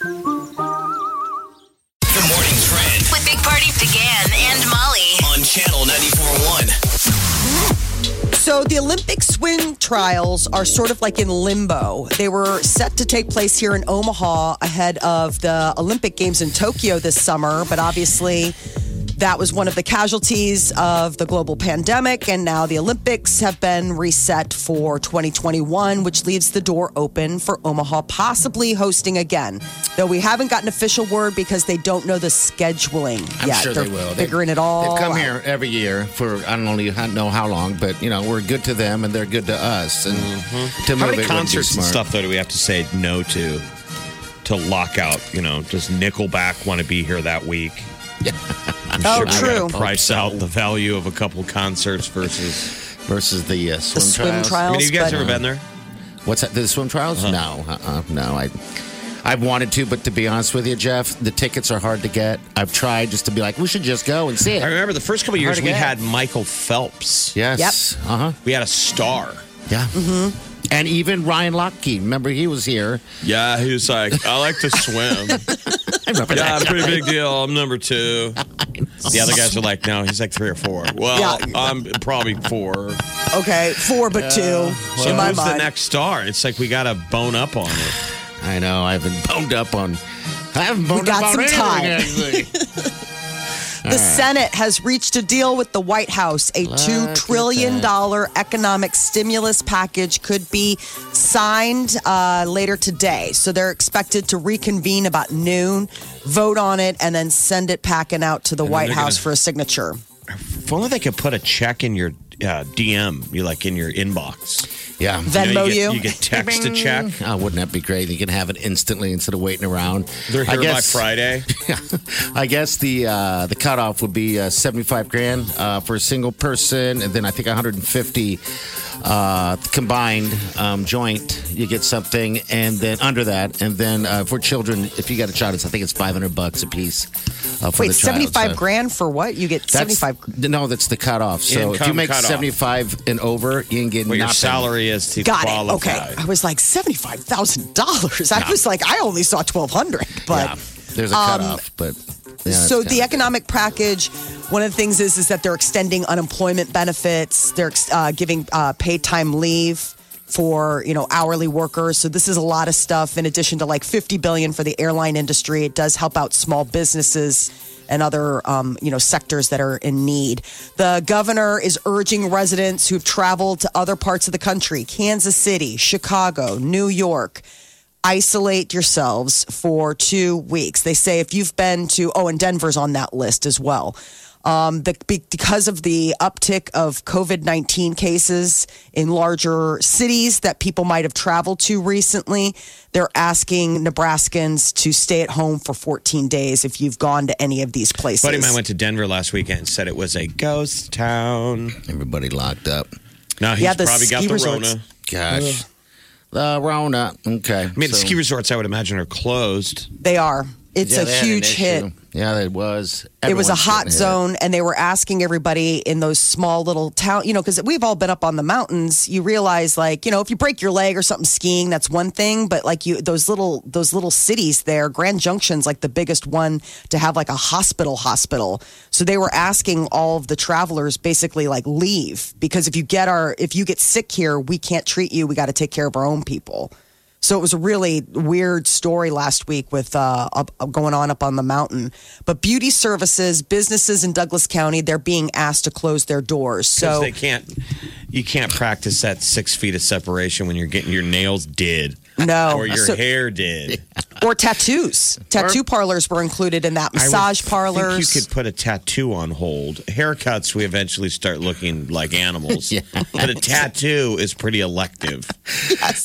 The morning trend With Big Party began and Molly. on channel 941. So the Olympic swim trials are sort of like in limbo. They were set to take place here in Omaha ahead of the Olympic Games in Tokyo this summer, but obviously that was one of the casualties of the global pandemic and now the Olympics have been reset for 2021, which leaves the door open for Omaha possibly hosting again. Though we haven't gotten official word because they don't know the scheduling I'm yet. sure They're they will. They- Figuring it all They've come out. here every year for I don't only I don't know how long, but you know we're good to them and they're good to us. And Mm-hmm. to move How it many would be concerts and smart. stuff though do we have to say no to to lock out? You know, does Nickelback want to be here that week? Oh, Sure, we gotta true. Price out the value of a couple concerts versus. versus the uh, swim The swim trials? I trials. mean, have you guys but- ever been there? What's that? The swim trials? Uh-huh. No, uh-uh, no. I I've wanted to, but to be honest with you, Jeff, the tickets are hard to get. I've tried just to be like, we should just go and see I it. remember the first couple Hard years to we get. had Michael Phelps. Yes. Uh huh. We had a star. Yeah. Mm-hmm. And even Ryan Lochte, remember he was here. Yeah, he was like, I like to swim. I remember yeah, I'm that. pretty big deal. I'm number two. The other guys are like, no, he's like three or four. Well, Yeah. I'm probably four. Okay, four but two So in my who's the mind. next star? It's like we got to bone up on it. I know. I haven't boned up on. I haven't boned got up some on time. anything. the Senate has reached a deal with the White House. A two trillion dollar economic stimulus package could be signed uh, later today. So they're expected to reconvene about noon, vote on it, and then send it packing out to the White they're House gonna- for a signature. If only they could put a check in your uh, DM, you like in your inbox. yeah. Venmo you, get, you. you get text a check. Oh, wouldn't that be great? You can have it instantly instead of waiting around. They're I here guess, by Friday. I guess the uh, the cutoff would be uh, seventy five grand uh, for a single person, and then I think one hundred and fifty uh, combined um, joint. You get something, and then under that, and then uh, for children, if you got a child, it's I think it's five hundred bucks a piece. Uh, for Wait, the child, seventy five so- grand for what? You get seventy That's, five. 75. No, that's the cutoff. So if you Income make cutoff. 75 and over, you can get What your nothing. salary is to Got it. qualify. Okay, I was like seventy five thousand dollars. I was like, I only saw twelve hundred, but. Yeah, there's a cutoff, but yeah, that's Um, so the kinda- economic package one of the things is is that they're extending unemployment benefits they're uh, giving uh, paid time leave for you know hourly workers so this is a lot of stuff in addition to like 50 billion for the airline industry it does help out small businesses and other um, you know sectors that are in need the governor is urging residents who've traveled to other parts of the country kansas city chicago new york isolate yourselves for two weeks. They say if you've been to, oh, and Denver's on that list as well. Um, the, be- because of the uptick of COVID 19 cases in larger cities that people might have traveled to recently, they're asking Nebraskans to stay at home for 14 days if you've gone to any of these places. buddy of mine went to Denver last weekend and said it was a ghost town. everybody locked up. Now he's Yeah, the probably got ski the resorts. Rona. Gosh. The Rona. Okay. I mean, the so- ski resorts I would imagine are closed. they are. It's Yeah, a they had an huge hit. issue. Yeah, it it was. was a Everyone's hot getting hit. zone and they were asking everybody in those small little town you know because we've all been up on the mountains you realize like you know if you break your leg or something skiing that's one thing but like you those little those little cities there grand junctions like the biggest one to have like a hospital hospital so they were asking all of the travelers basically like leave because if you get our if you get sick here we can't treat you we got to take care of our own people so it was a really weird story last week with uh, up, up- going on up on the mountain. But beauty services, businesses in Douglas County, they're being asked to close their doors. 'Cause So they can't, you can't practice that six feet of separation when you're getting your nails did. No. or your Oh, So- hair did. or tattoos. Tattoo parlors were included in that. I would Massage think parlors. you could put a tattoo on hold. Haircuts, we eventually start looking like animals. But a tattoo is pretty elective.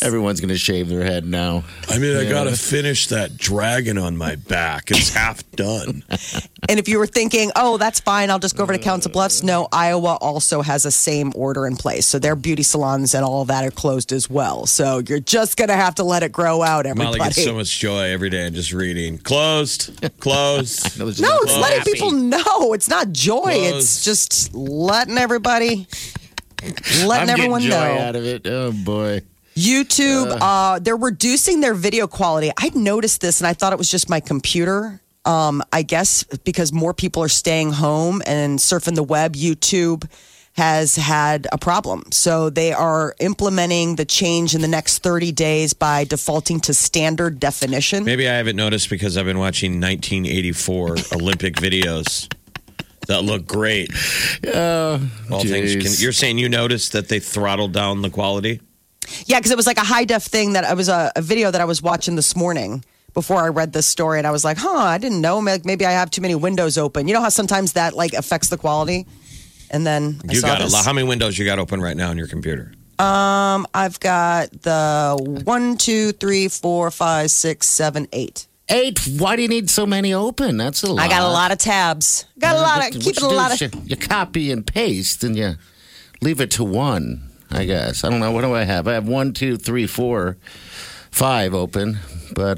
Everyone's going to shave their head now. I mean, I got to finish that dragon on my back. It's half done. and if you were thinking, oh, that's fine, I'll just go over to Council Bluffs. Uh. No, Iowa also has a same order in place. So their beauty salons and all that are closed as well. So you're just going to have to let it grow out, everybody. Molly gets so much joy every day and just reading. Closed, closed. It was just no, like, it's "Oh, letting happy." people know. It's not joy. It's Close. just letting everybody, letting I'm everyone getting joy know. out of it. Oh boy. YouTube, uh, they're reducing their video quality. I noticed this and I thought it was just my computer. Um, I guess because more people are staying home and surfing the web, YouTube has had a problem. So they are implementing the change in the next 30 days by defaulting to standard definition. Maybe I haven't noticed because I've been watching 1984 Olympic videos that look great. All things Jeez. can, you're saying you noticed that they throttled down the quality? Yeah, because it was like a high def thing that I was uh, a, a video that I was watching this morning before I read this story, and I was like, huh, I didn't know. Like maybe I have too many windows open. You know how sometimes that like affects the quality. And then I You saw got a this. lot. How many windows you got open right now on your computer? Um, I've got the one, two, three, four, five, six, seven, eight. Eight. Why do you need so many open? That's a lot. I got a lot of tabs. Got a lot of What keeping you a do lot is of. you, you copy and paste and you leave it to one. I guess I don't know. What do I have? I have one, two, three, four, five open. But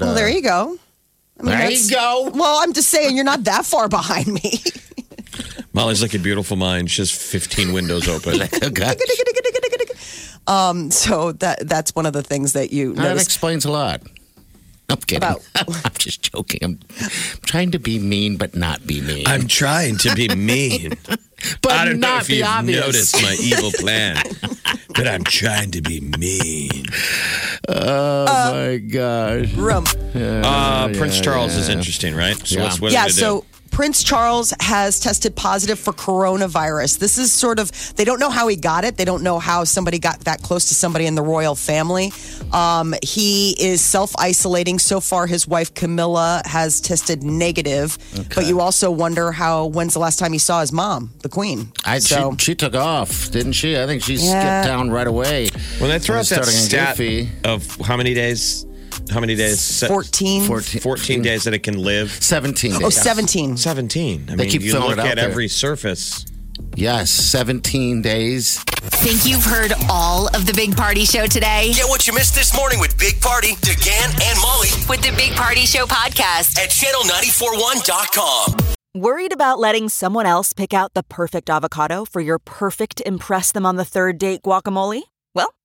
Well, uh, there you go. I mean, there you that's- go. Well, I'm just saying you're not that far behind me. Molly's like a beautiful mind. She has 15 windows open. Oh, gosh. um, so that that's one of the things that you That notice. explains a lot. I'm kidding. About- I'm just joking. I'm trying to be mean, but not be mean. I'm trying to be mean. but I don't know not if be you've obvious. noticed my evil plan, but I'm trying to be mean. Oh my gosh. Room. Uh, Prince Charles is interesting, right? So Yeah. what's what? yeah did they so do? prince charles has tested positive for coronavirus this is sort of they don't know how he got it they don't know how somebody got that close to somebody in the royal family um, he is self-isolating so far his wife camilla has tested negative but you also wonder how when's the last time he saw his mom the queen I, so she, she took off, didn't she? I think she Yeah. skipped down right away. when they throw out that starting in stat Goofy. of how many days, how many days, Se- 14 14, 14 days that it can live. 17 oh days. 17 17. I They mean, keep you throwing look it out at there. every surface. Yes, 17 days. Think you've heard all of the Big Party Show today? Get what you missed this morning with Big Party, DeGan, and Molly With the Big Party Show podcast. at channel941.com. Worried about letting someone else pick out the perfect avocado for your perfect Impress Them on the Third Date guacamole? Well,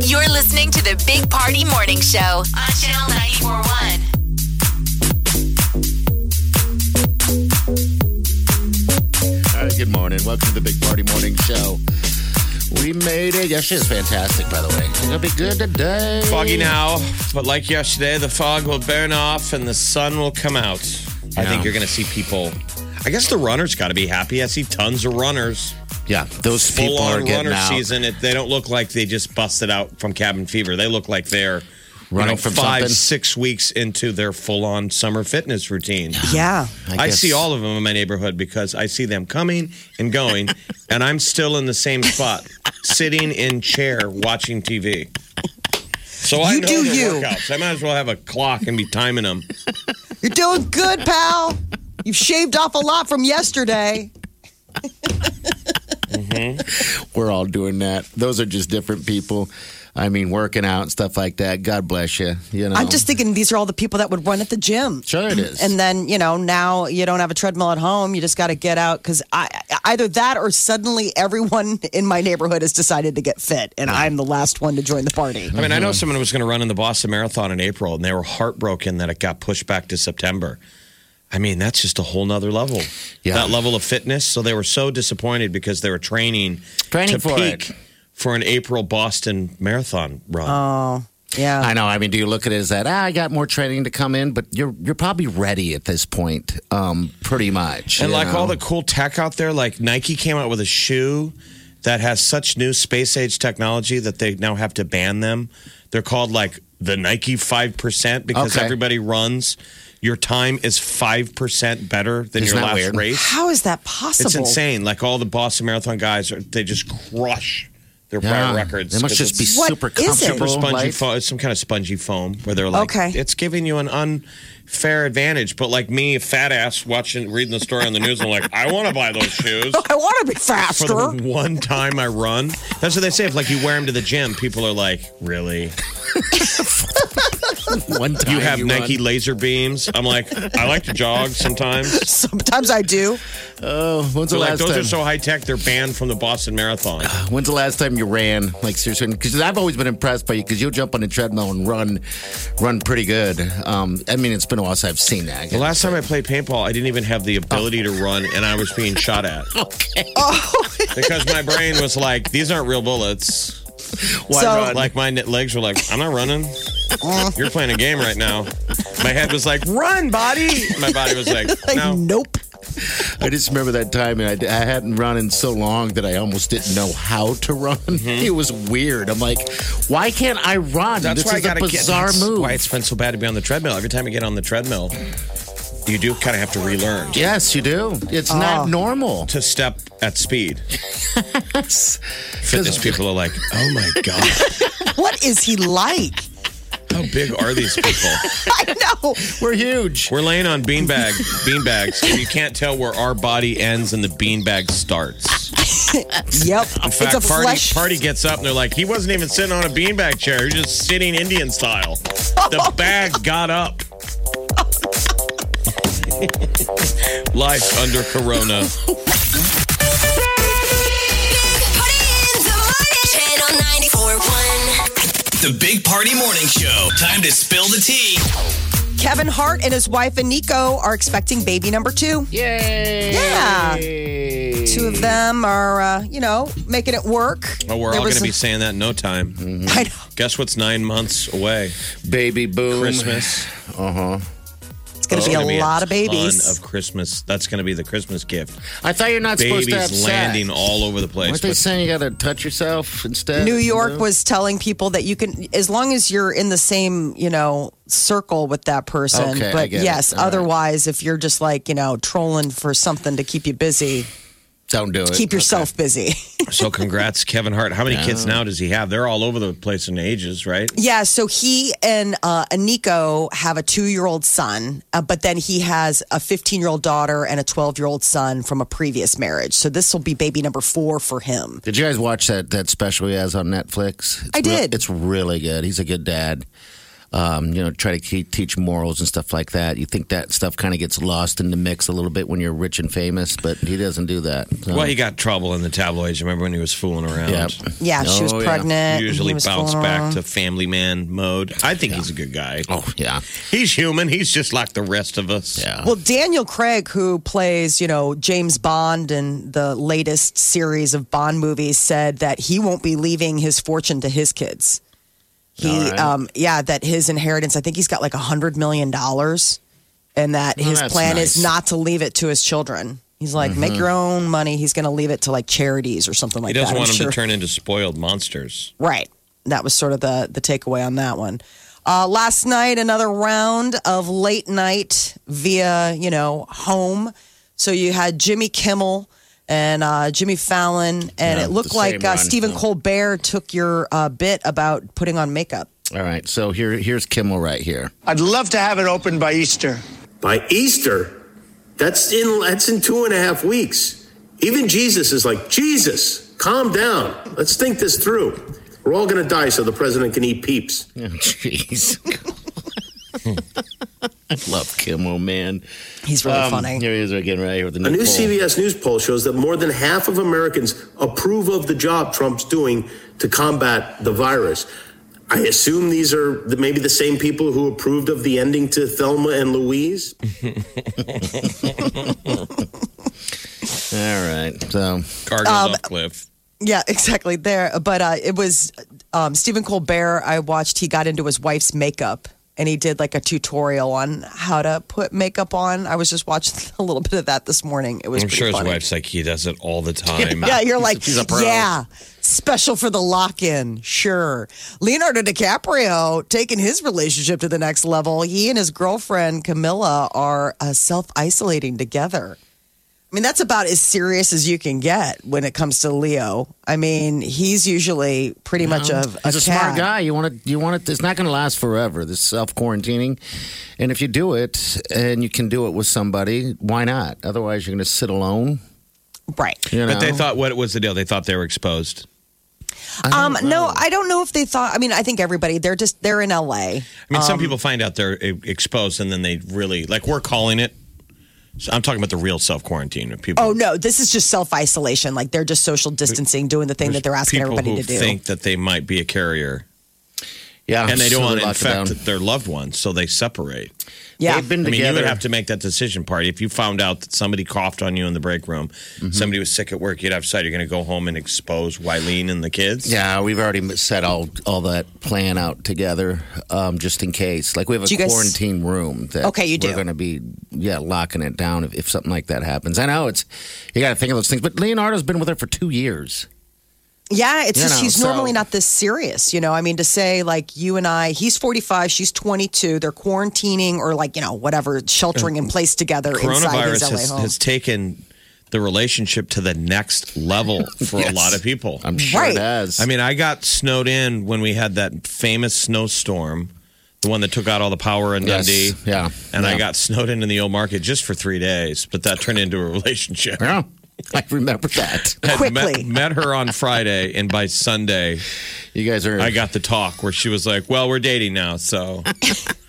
You're listening to the Big Party Morning Show on Channel 941. All right, good morning. Welcome to the Big Party Morning Show. We made it. Yesterday was fantastic, by the way. It'll be good today. Foggy now, but like yesterday, the fog will burn off and the sun will come out. I think Yeah. you're going to see people. I guess the runners got to be happy. I see tons of runners. Yeah, those Full people are on getting runner out. season. It, they don't look like they just busted out from cabin fever. They look like they're you Running know, from five, something. six weeks into their full on summer fitness routine. yeah I, guess- see all of them in my neighborhood because I see them coming and going, and I'm still in the same spot, sitting in chair watching TV. So I You know do their you. workouts. I might as well have a clock and be timing them. you're doing good pal you've shaved off a lot from yesterday We're all doing that. Those are just different people. I mean, working out and stuff like that. God bless you. You know, Oh. i'm just thinking these are all the people that would run at the gym sure it is. And then you know now you don't have a treadmill at home. You just got to get out because I, I either that or suddenly everyone in my neighborhood has decided to get fit, and I'm the last one to join the party. I mean, Uh-huh. I know someone was going to run in the Boston Marathon in April, and they were heartbroken that it got pushed back to September. I mean, that's just a whole nother level. Yeah. That level of fitness. So they were so disappointed because they were training, Training to for peak it. for an April Boston Marathon run. Yeah. I know. I mean, do you look at it as that? Ah, I got more training to come in, but you're you're probably ready at this point, um, pretty much. And you like know? all the cool tech out there, like Nike came out with a shoe that has such new space age technology that they now have to ban them. They're called like the Nike 5% because Okay. everybody runs. Your time is 5% better than Isn't your last that weird? race. How is that possible? It's insane. Like all the Boston Marathon guys, are, they just crush their Yeah. prior records. They must 'cause just be it's What super is it? comfortable. super spongy like- foam. It's some kind of spongy foam where they're like, Okay. it's giving you an unfair advantage. But like me, a fat ass, watching reading the story on the news, I'm like, I want to buy those shoes. I want to be faster. For the one time I run, that's what they say. If like you wear them to the gym, people are like, "Really? One time You have run. Nike Laser Beams?" I'm like, "I like to jog sometimes." Sometimes I do. Oh, When's the They're like, last "Those time? Oh, are so high tech, they're banned from the Boston Marathon." When's the last time you ran? Like seriously, because I've always been impressed by you because you'll jump on the treadmill and run, run pretty good. Um, I mean, it's been a while since I've seen that. The last time I played paintball, I didn't even have the ability to run, and I was being shot at okay, because my brain was like, "These aren't real bullets." why So- run? Like my n- legs were like, "I'm not running. You're playing a game right now." My head was like, "Run, body." My body was like, Like, "No." nope. I just remember that time, and I, I hadn't run in so long that I almost didn't know how to run. Mm-hmm. It was weird. I'm like, why can't I run? That's this why I is a gotta get. bizarre That's move. why it's been so bad to be on the treadmill. Every time I get on the treadmill, you do kind of have to relearn yes, you do. It's Oh. not normal. to step at speed. Yes. Fitness people are like, "Oh my god, What is he like? how big are these people?" I know. We're huge. We're laying on beanbag beanbags. and You can't tell where our body ends and the beanbag starts. Yep. In it's fact, a party flesh. party gets up and they're like, he wasn't even sitting on a beanbag chair. He was just sitting Indian style. The bag got up. Life under Corona. Big Party in the morning. Channel 94.1. The Big Party Morning Show. Time to spill the tea. Kevin Hart and his wife Aniko are expecting baby number two. Yay! Yeah. Two of them are, uh, you know, making it work. Well, we're There all going was to be a- Mm-hmm. saying that in no time. I know. Guess what's nine months away? Baby boom. Uh-huh. Christmas. It's going to be Gonna a lot of babies. ton of Christmas. That's going to be the Christmas gift. I thought you're not supposed to have Babies sex. landing all over the place. Aren't they But saying you got to touch yourself instead? New York No? was telling people that you can, as long as you're in the same, you know, circle with that person. Okay, I but get it. yes, All right. otherwise, if you're just like, you know, trolling for something to keep you busy, Don't do it. keep yourself busy. So congrats, Kevin Hart. How many kids now does he have? They're all over the place in ages, right? yeah. So he and uh, Aniko have a two year old son, uh, but then he has a 15 year old daughter and a 12 year old son from a previous marriage. So this will be baby number four for him. Did you guys watch that that special he has on Netflix? It's I real- did. it's really good. He's a good dad. Um, you know, try to keep, teach morals and stuff like that. You think that stuff kind of gets lost in the mix a little bit when you're rich and famous, but he doesn't do that. So, Well, he got trouble in the tabloids. Remember when he was fooling around? yeah. Yeah. she was Oh, yeah. pregnant. and he Usually was bounce fooling back around. to family man mode. I think he's a good guy. Oh yeah, He's human. He's just like the rest of us. yeah. Well, Daniel Craig, who plays, you know, James Bond in the latest series of Bond movies, said that he won't be leaving his fortune to his kids. He, All right. um, yeah, that his inheritance, I think he's got like a hundred million dollars, and Oh, that his that's plan nice. is not to leave it to his children. He's like, make your own money. He's going to leave it to like charities or something like Mm-hmm. He that. doesn't I'm want him sure. to turn into spoiled monsters. Right. That was sort of the the takeaway on that one. Uh, last night, another round of late night via you know home. So you had Jimmy Kimmel and uh, Jimmy Fallon, and Yeah, it looked the same like uh, run, Stephen yeah. Colbert took your uh, bit about putting on makeup. All right, so here here's Kimmel right here. I'd love to have it open by Easter. by Easter, that's in that's in two and a half weeks. Even Jesus is like, Jesus, calm down. Let's think this through. We're all gonna die so the president can eat peeps. Oh, Jeez, I love Kimmel, man. He's Um, really funny. Here he is again, right here with the A new, new poll. CBS News poll shows that more than half of Americans approve of the job Trump's doing to combat the virus. I assume these are the, maybe the same people who approved of the ending to Thelma and Louise. All right, so Gargoyles Um, off cliff. Yeah, exactly. There, but uh, it was um, Stephen Colbert. I watched. He got into his wife's makeup, and he did like a tutorial on how to put makeup on. I was just watching a little bit of that this morning. It was. I'm pretty sure his funny. wife's like, he does it all the time. Yeah, you're like, he's a pro. yeah, special for the lock in. Sure. Leonardo DiCaprio taking his relationship to the next level. He and his girlfriend, Camilla, are uh, self isolating together. I mean, that's about as serious as you can get when it comes to Leo. I mean, he's usually pretty much of a, he's a smart cat. guy. You want to, you want it. It's not going to last forever. This self quarantining, and if you do it, and you can do it with somebody, why not? Otherwise, you're going to sit alone. Right. You know? But they thought, what was the deal? They thought they were exposed. Um, no, I don't know if they thought. I mean, I think everybody, they're just, they're in LA. I mean, Um, some people find out they're e- exposed and then they really, like, we're calling it. So I'm talking about the real self quarantine of people. Oh, no, this is just self isolation. Like they're just social distancing, doing the thing that they're asking people everybody who to do. think that they might be a carrier yeah, and they don't so want to lock it down. infect their loved ones, so they separate. yeah. They've been I mean, you together. would have to make that decision, party. If you found out that somebody coughed on you in the break room, Mm-hmm. somebody was sick at work, you'd have said you're going to go home and expose Wileen and the kids. Yeah, we've already set all all that plan out together, um, just in case. Like we have a Do you guys- quarantine room that Okay, you we're do. going to be yeah locking it down if, if something like that happens. I know it's you got to think of those things, but Leonardo's been with her for two years. Yeah, it's You just know, he's so- normally not this serious, you know. I mean, to say like you and I, he's 45, she's 22, they're quarantining or like, you know, whatever, sheltering in place together inside his Coronavirus LA has, home. has taken the relationship to the next level for a Yes. lot of people. I'm sure Right. it has. I mean, I got snowed in when we had that famous snowstorm, the one that took out all the power in Yes. Dundee. Yeah. And I Yeah. got snowed in in the old market just for three days, but that turned into a relationship. Yeah, I remember that. Had Quickly. Met, met her on Friday, and by Sunday, You guys are. I got the talk where she was like, "Well, we're dating now, so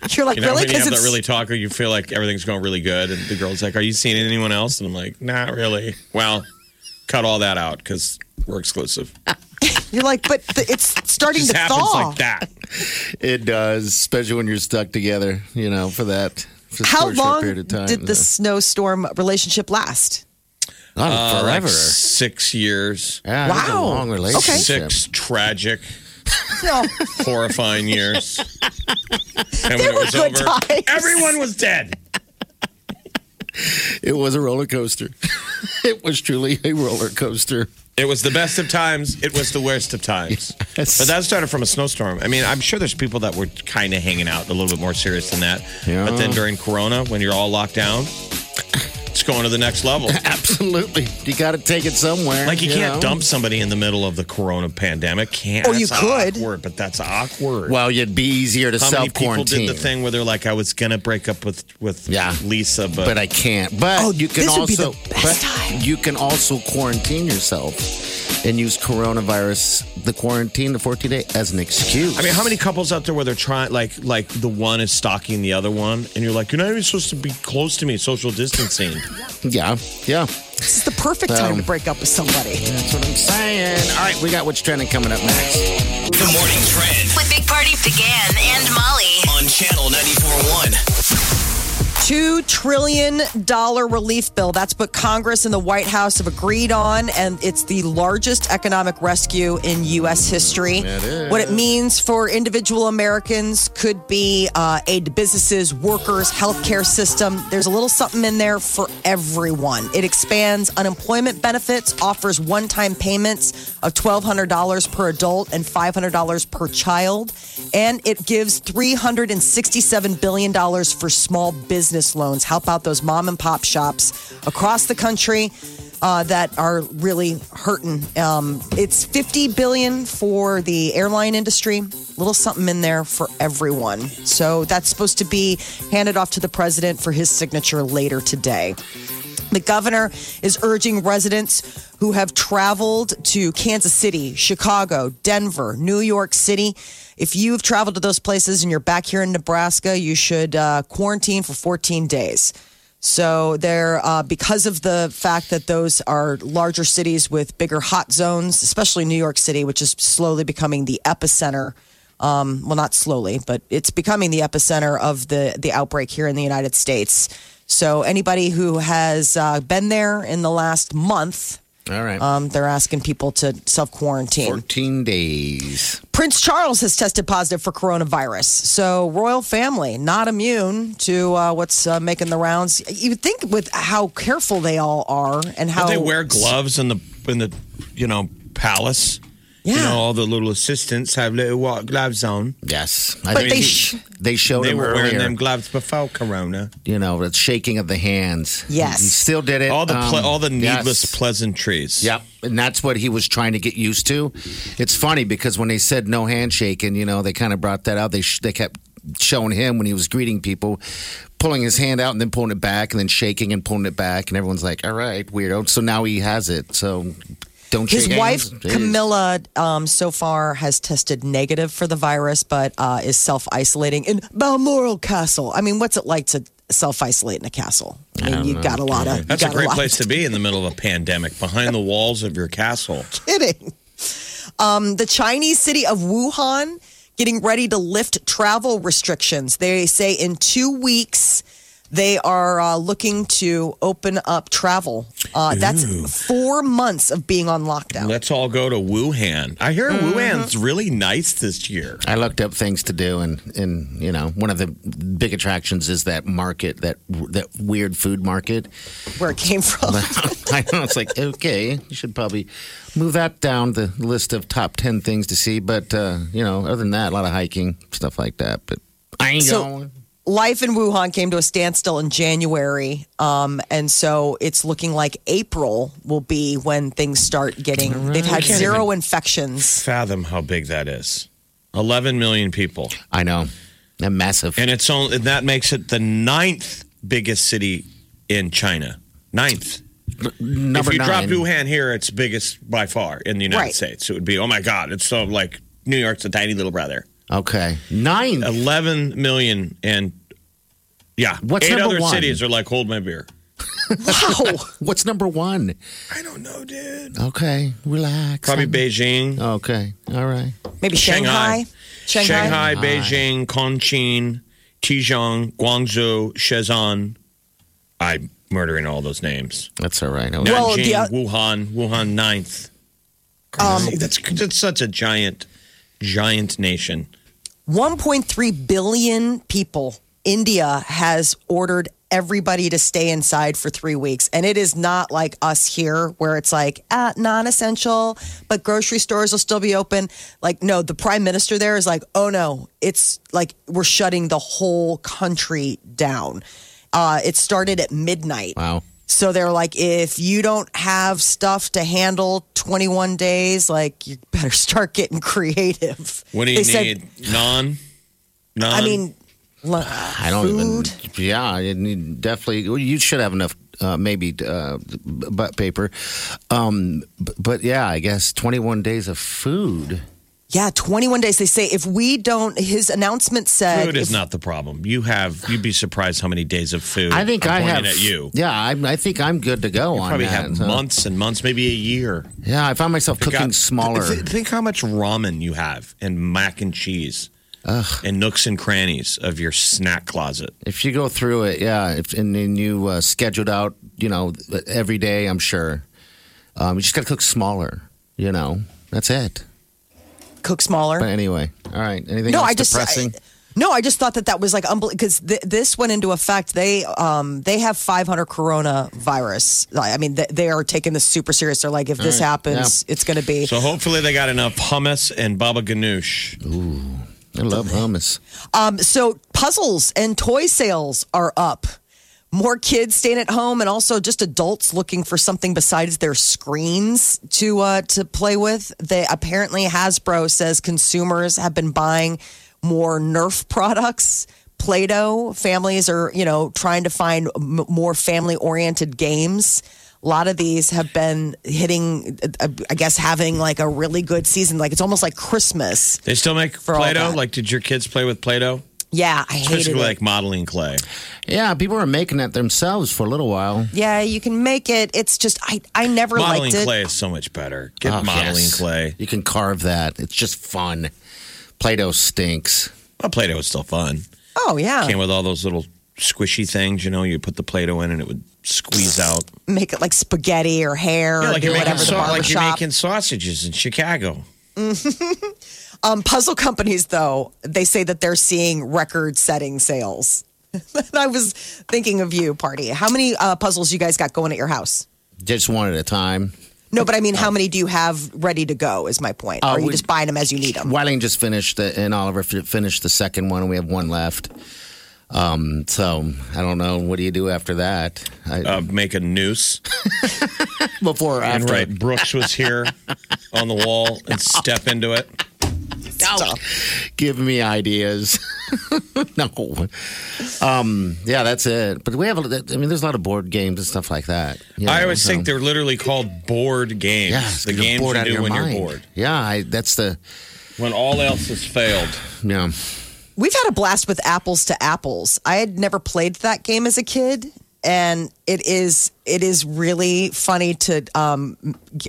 You're like, you know really? when you Because have that it's really talk, or you feel like everything's going really good." And the girl's like, "Are you seeing anyone else?" And I'm like, "Not really." Well, cut all that out because we're exclusive. It you're like, but the, it's starting just to happens thaw. like that. It does, especially when you're stuck together. You know, for that. For How such a short long period of time, did the snowstorm relationship last? Oh, Uh, like forever? six years, yeah, it was a Wow. long Okay. relationship. six tragic, No, horrifying years. They And when it were was good over, times. everyone was dead. It was a roller coaster. it was truly a roller coaster. It was the best of times. It was the worst of times. Yes. But that started from a snowstorm. I mean, I'm sure there's people that were kind of hanging out a little bit more serious than that. Yeah. But then during Corona, when you're all locked down, it's going to the next level. Absolutely. You got to take it somewhere. Like you, can't know? dump somebody in the middle of the Corona pandemic. Can't. Or you that's could. Awkward, but that's awkward. Well, you'd be easier to How many self people did quarantine. the thing where they're like, "I was gonna break up with with Yeah. Lisa, but, But I can't. But Oh, you can this would be also. the best but time. You can also quarantine yourself and use coronavirus, the quarantine, the 14 day, as an excuse. I mean, how many couples out there where they're trying, like, like the one is stalking the other one, and you're like, you're not even supposed to be close to me, social distancing. Yeah, yeah. this is the perfect time to break up with somebody. That's what I'm saying. All right, we got what's trending coming up next. The morning trend With Big Party began and Molly. on channel 941. Two trillion dollar relief bill. That's what Congress and the White House have agreed on, and it's the largest economic rescue in U.S. history. What it means for individual Americans could be uh, aid to businesses, workers, healthcare system. There's a little something in there for everyone. It expands unemployment benefits, offers one-time payments of twelve hundred dollars per adult and five hundred dollars per child, and it gives three hundred and sixty-seven billion dollars for small business loans. Help out those mom and pop shops across the country uh, that are really hurting. Um, it's 50 billion for the airline industry, little something in there for everyone. So that's supposed to be handed off to the president for his signature later today. The governor is urging residents who have traveled to Kansas City, Chicago, Denver, New York City, If you've traveled to those places and you're back here in Nebraska, you should uh, quarantine for 14 days. So they're uh, because of the fact that those are larger cities with bigger hot zones, especially New York City, which is slowly becoming the epicenter. Um, well, not slowly, but it's becoming the epicenter of the the outbreak here in the United States. So anybody who has uh, been there in the last month, All right. um, they're asking people to self quarantine. 14 days. Prince Charles has tested positive for coronavirus. So, royal family not immune to uh, what's uh, making the rounds. You would think with how careful they all are and how Don't they wear gloves in the in the you know palace? You Yeah. know, all the little assistants have little what, gloves on. Yes. But think they sh- Oh, they showed They him were earlier, wearing them gloves before Corona. You know, the shaking of the hands. Yes. He still did it. All the ple- um, all the needless yes. pleasantries. Yep, and that's what he was trying to get used to. It's funny because when they said no handshake, and you know they kind of brought that out. They sh- they kept showing him when he was greeting people, pulling his hand out and then pulling it back, and then shaking and pulling it back, and everyone's like, "All right, weirdo." So now he has it. So don't His shake wife hands. Jeez. Camilla um, so far has tested negative for the virus, but uh, is self isolating in Balmoral Castle. I mean, what's it like to self isolate in a castle? I mean, you got a lot of. you That's a got great lot of place to be in the middle of a pandemic, behind the walls of your castle. kidding. Um, the Chinese city of Wuhan getting ready to lift travel restrictions. They say in two weeks they are uh, looking to open up travel. Uh, that's four months of being on lockdown. Let's all go to Wuhan. I hear Wuhan's really nice this year. I looked up things to do, and and you know one of the big attractions is that market that that weird food market. Where it came from. I know it's like okay, you should probably move that down the list of top ten things to see. But uh, you know, other than that, a lot of hiking stuff like that. But I ain't So- going. life in Wuhan came to a standstill in January. Um, and so it's looking like April will be when things start getting. They've had Can't zero infections. Fathom how big that is. 11 million people. I know, a massive. And it's only that makes it the ninth biggest city in China. Ninth. Number if you drop nine. Wuhan here, it's biggest by far in the United Right. States. It would be, oh my God, it's so like New York's a tiny little brother. okay, nine. 11 million and yeah. What's Eight number other one? cities are like, hold my beer. Wow. What's number one? I don't know, dude. Okay, relax. Probably Beijing, Okay, all right. Maybe Shanghai. Shanghai, Beijing, Chongqing, Tijiang, Guangzhou, Shenzhen. I'm murdering all those names. That's all right. Well, Nanjing, the o- Wuhan, Wuhan ninth. Crazy. that's that's such a giant, giant nation. 1.3 billion people. India has ordered everybody to stay inside for three weeks. And it is not like us here where it's like ah, non essential, but grocery stores will still be open. Like, no, the prime minister there is like, oh no, it's like we're shutting the whole country down. Uh, it started at midnight. wow. So they're like, if you don't have stuff to handle 21 days, like you better start getting creative. What do you They said- need? non, non. I mean, lo- Um, I don't food. even. Yeah, you need definitely. well, You should have enough, uh, maybe uh, b- butt paper. Um, b- but yeah, I guess twenty-one days of food. Yeah, 21 days. They say if we don't, his announcement said. food is uh, if- not the problem. You have you'd be surprised how many days of food. I think I'm i have. pointing at you. Yeah, I, I think I'm good to go on Probably that. have so- months and months, maybe a year. Yeah, I found myself uh, cooking God, smaller. th- th- think how much ramen you have and mac and cheese and nooks and crannies of your snack closet. if you go through it, yeah, if, and then you uh, scheduled out, you know, every day. I'm sure. Um, you just got to cook smaller. You know, that's it. Cook smaller. But anyway, all right. Anything no, else I just. depressing? I- no, I just thought that that was like unbelievable because th- this went into effect. They um they have 500 coronavirus. Like, I mean, th- they are taking this super serious. They're like, if this All right, happens, it's going to be. So hopefully they got enough hummus and baba ganoush. I love hummus. Um, so puzzles and toy sales are up. More kids staying at home, and also just adults looking for something besides their screens to uh, to play with. They apparently Hasbro says consumers have been buying more Nerf products, Play-Doh. Families are you know trying to find m- more family oriented games A lot of these have been hitting, uh, I guess, having like a really good season. Like it's almost like Christmas. They still make all Play-Doh. that. Like, did your kids play with Play-Doh? Yeah, I hated Basically, it. like modeling clay. Yeah, people are making it themselves for a little while. yeah, you can make it. It's just I I never Modeling liked it. clay is so much better. Get Oh, modeling yes. clay. You can carve that. It's just fun. Play Doh stinks. Well, Play-Doh is still fun. Oh yeah, Came with all those little squishy things. You know, you put the Play-Doh in and it would squeeze out. make it like spaghetti or hair Yeah, or like do you're making whatever the sau- barber like you're shop. making sausages in Chicago. Um, puzzle companies, though, they say that they're seeing record-setting sales. I was thinking of you, party. How many uh, puzzles you guys got going at your house? Just one at a time. No, but I mean, Oh. how many do you have ready to go? Is my point. Uh, or are you we- just buying them as you need them? Wyling just finished the, and Oliver f- finished the second one, and we have one left. Um, so I don't know. What do you do after that? I, Uh, make a noose. before or And after? right, Brooks was here on the wall and step into it. Don't give me ideas. no. Um, yeah, that's it. But we have. a- I mean, there's a lot of board games and stuff like that. you I know, always so- think they're literally called board games. Yeah, it's the get games bored you out do of your when mind. you're bored. Yeah, I, that's the When all else has failed. yeah. We've had a blast with apples to apples. I had never played that game as a kid, and it is it is really funny to um,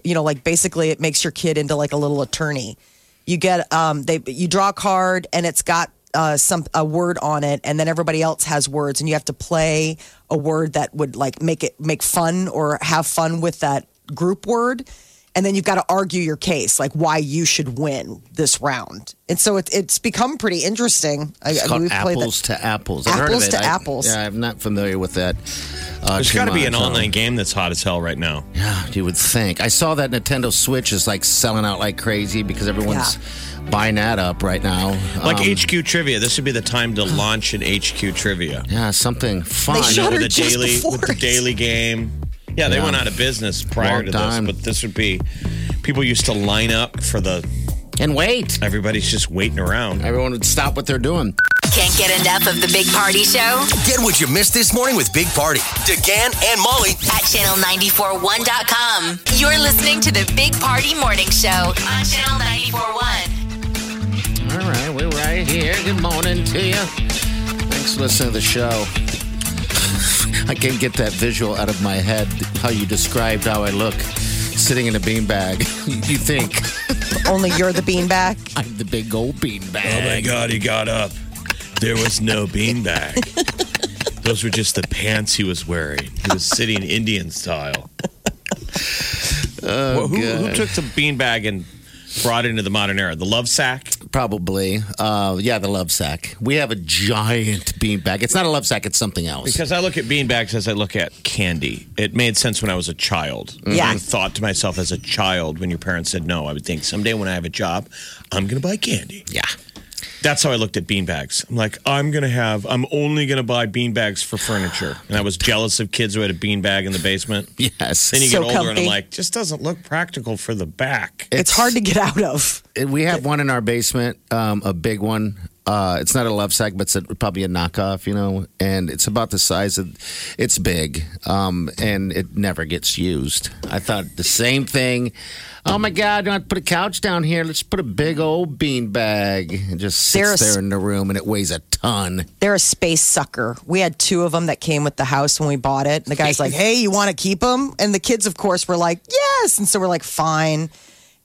you know like basically it makes your kid into like a little attorney. You get um, they you draw a card and it's got uh, some a word on it, and then everybody else has words, and you have to play a word that would like make it make fun or have fun with that group word and then you've got to argue your case, like why you should win this round. And so it, it's become pretty interesting. I, It's I- called we've played apples that. to apples. I've heard of Apples it. to I- apples. Yeah, I'm not familiar with that. Uh, There's too got to be an much, um, online game that's hot as hell right now. Yeah, you would think. I saw that Nintendo Switch is like selling out like crazy because everyone's buying that up right now. Like Um, HQ Trivia. This would be the time to launch an HQ Trivia. Yeah, something fun. should- You know, with the Shudder just daily before with the it. daily game. Yeah, they Yeah. went out of business prior Long to time. this, but this would be people used to line up for the And wait, everybody's just waiting around. everyone would stop what they're doing. Can't get enough of the Big Party Show Get what you missed this morning with Big Party, DeGan and Molly. at channel941.com. You're listening to the Big Party Morning Show on channel 941. All right, we're right here. Good morning to you. Thanks for listening to the show. I can't get that visual out of my head. How you described how I look sitting in a beanbag. you think Only you're the beanbag. I'm the big old Oh my beanbag? God, he got up. There was no beanbag. Those were just the pants he was wearing. He was sitting Indian style. Well, who, who took the beanbag and brought it into the modern era? The love sack? Probably. Uh, yeah, the love sack. We have a giant beanbag. It's not a love sack. It's something else. Because I look at beanbags as I look at candy. It made sense when I was a child. Yeah. I thought to myself as a child when your parents said no, I would think someday when I have a job, I'm going to buy candy. yeah. That's how I looked at beanbags. I'm like, I'm gonna have, I'm only gonna buy beanbags for furniture. And I was jealous of kids who had a beanbag in the basement. Yes. Then you So get older, and I'm comfy. like, just doesn't look practical for the back. It's, hard to get out of. Uh, we have one in our basement, um, a big one. Uh, it's not a love sack, but it's a, probably a knockoff, you know. And it's about the size of. It's big, um, and it never gets used. I thought the same thing. Oh my God! You don't have to put a couch down here. Let's put a big old bean bag. It just There's- sits there in the room, and it weighs a ton. They're a space sucker. We had two of them that came with the house when we bought it. And the guy's like, hey, you want to keep them? And the kids, of course, were like, yes. And so we're like, fine.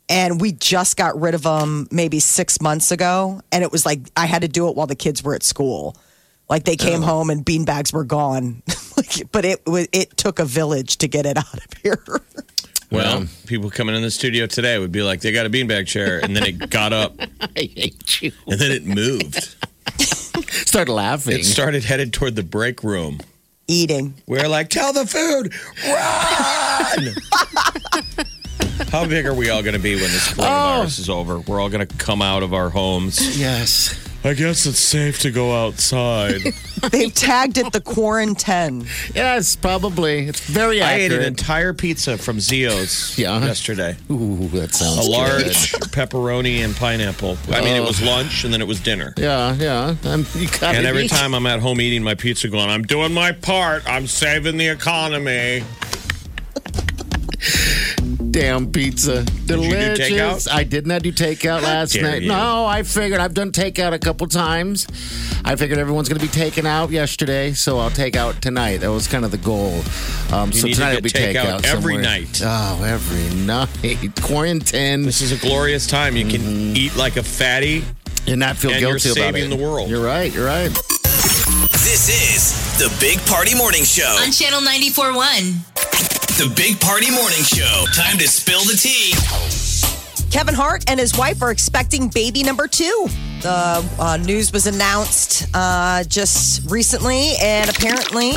And we just got rid of them maybe six months ago. And it was like, I had to do it while the kids were at school. Like they came home and beanbags were gone. Like, but it wa- it took a village to get it out of here. Well, people coming in the studio today would be like, they got a beanbag chair, and then it got up, and I hate you. then it moved. Start laughing. It started headed toward the break room. Eating. We are like, tell the food, run! How big are we all going to be when this coronavirus is over? We're all going to come out of our homes. yes. I guess it's safe to go outside. They've tagged it the quarantine. Yes, probably. It's very I ate accurate. an entire pizza from Zio's Yeah. yesterday. Ooh, that sounds A good. large pepperoni and pineapple. I mean, it was lunch and then it was dinner. Yeah, yeah. I'm, you gotta And every eat. time I'm at home eating my pizza, going, I'm doing my part. I'm saving the economy. damn pizza. you do Delicious. takeout? I did not do takeout last dare night. you. No, I figured I've done takeout a couple times. I figured everyone's going to be taken out yesterday, so I'll take out tonight. That was kind of the goal. Um, You so need to tonight get it'll be takeout takeout, every somewhere. night. Oh, every night. Quarantine This is a glorious time. You can Mm-hmm. eat like a fatty. and not feel And you're guilty about saving it. the world. You're right. You're right. This is the Big Party Morning Show. On Channel 94.1. The Big Party Morning Show. Time to spill the tea. Kevin Hart and his wife are expecting baby number two. The uh, news was announced uh, just recently, and apparently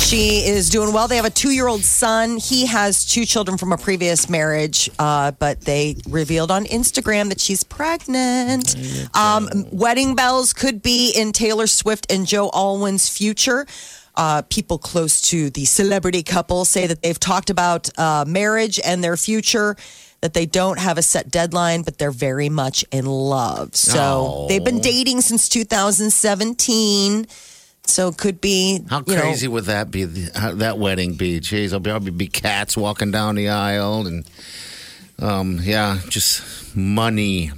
she is doing well. They have a two year old son. He has two children from a previous marriage, uh, but they revealed on Instagram that she's pregnant. Um, wedding bells could be in Taylor Swift and Joe Alwyn's future. Uh, people close to the celebrity couple say that they've talked about uh, marriage and their future. That they don't have a set deadline, but they're very much in love. So they've been dating since 2017. So it could be How you know, crazy would that be? the- How, that wedding be? Jeez, I'll probably be cats walking down the aisle, and um, yeah, just money,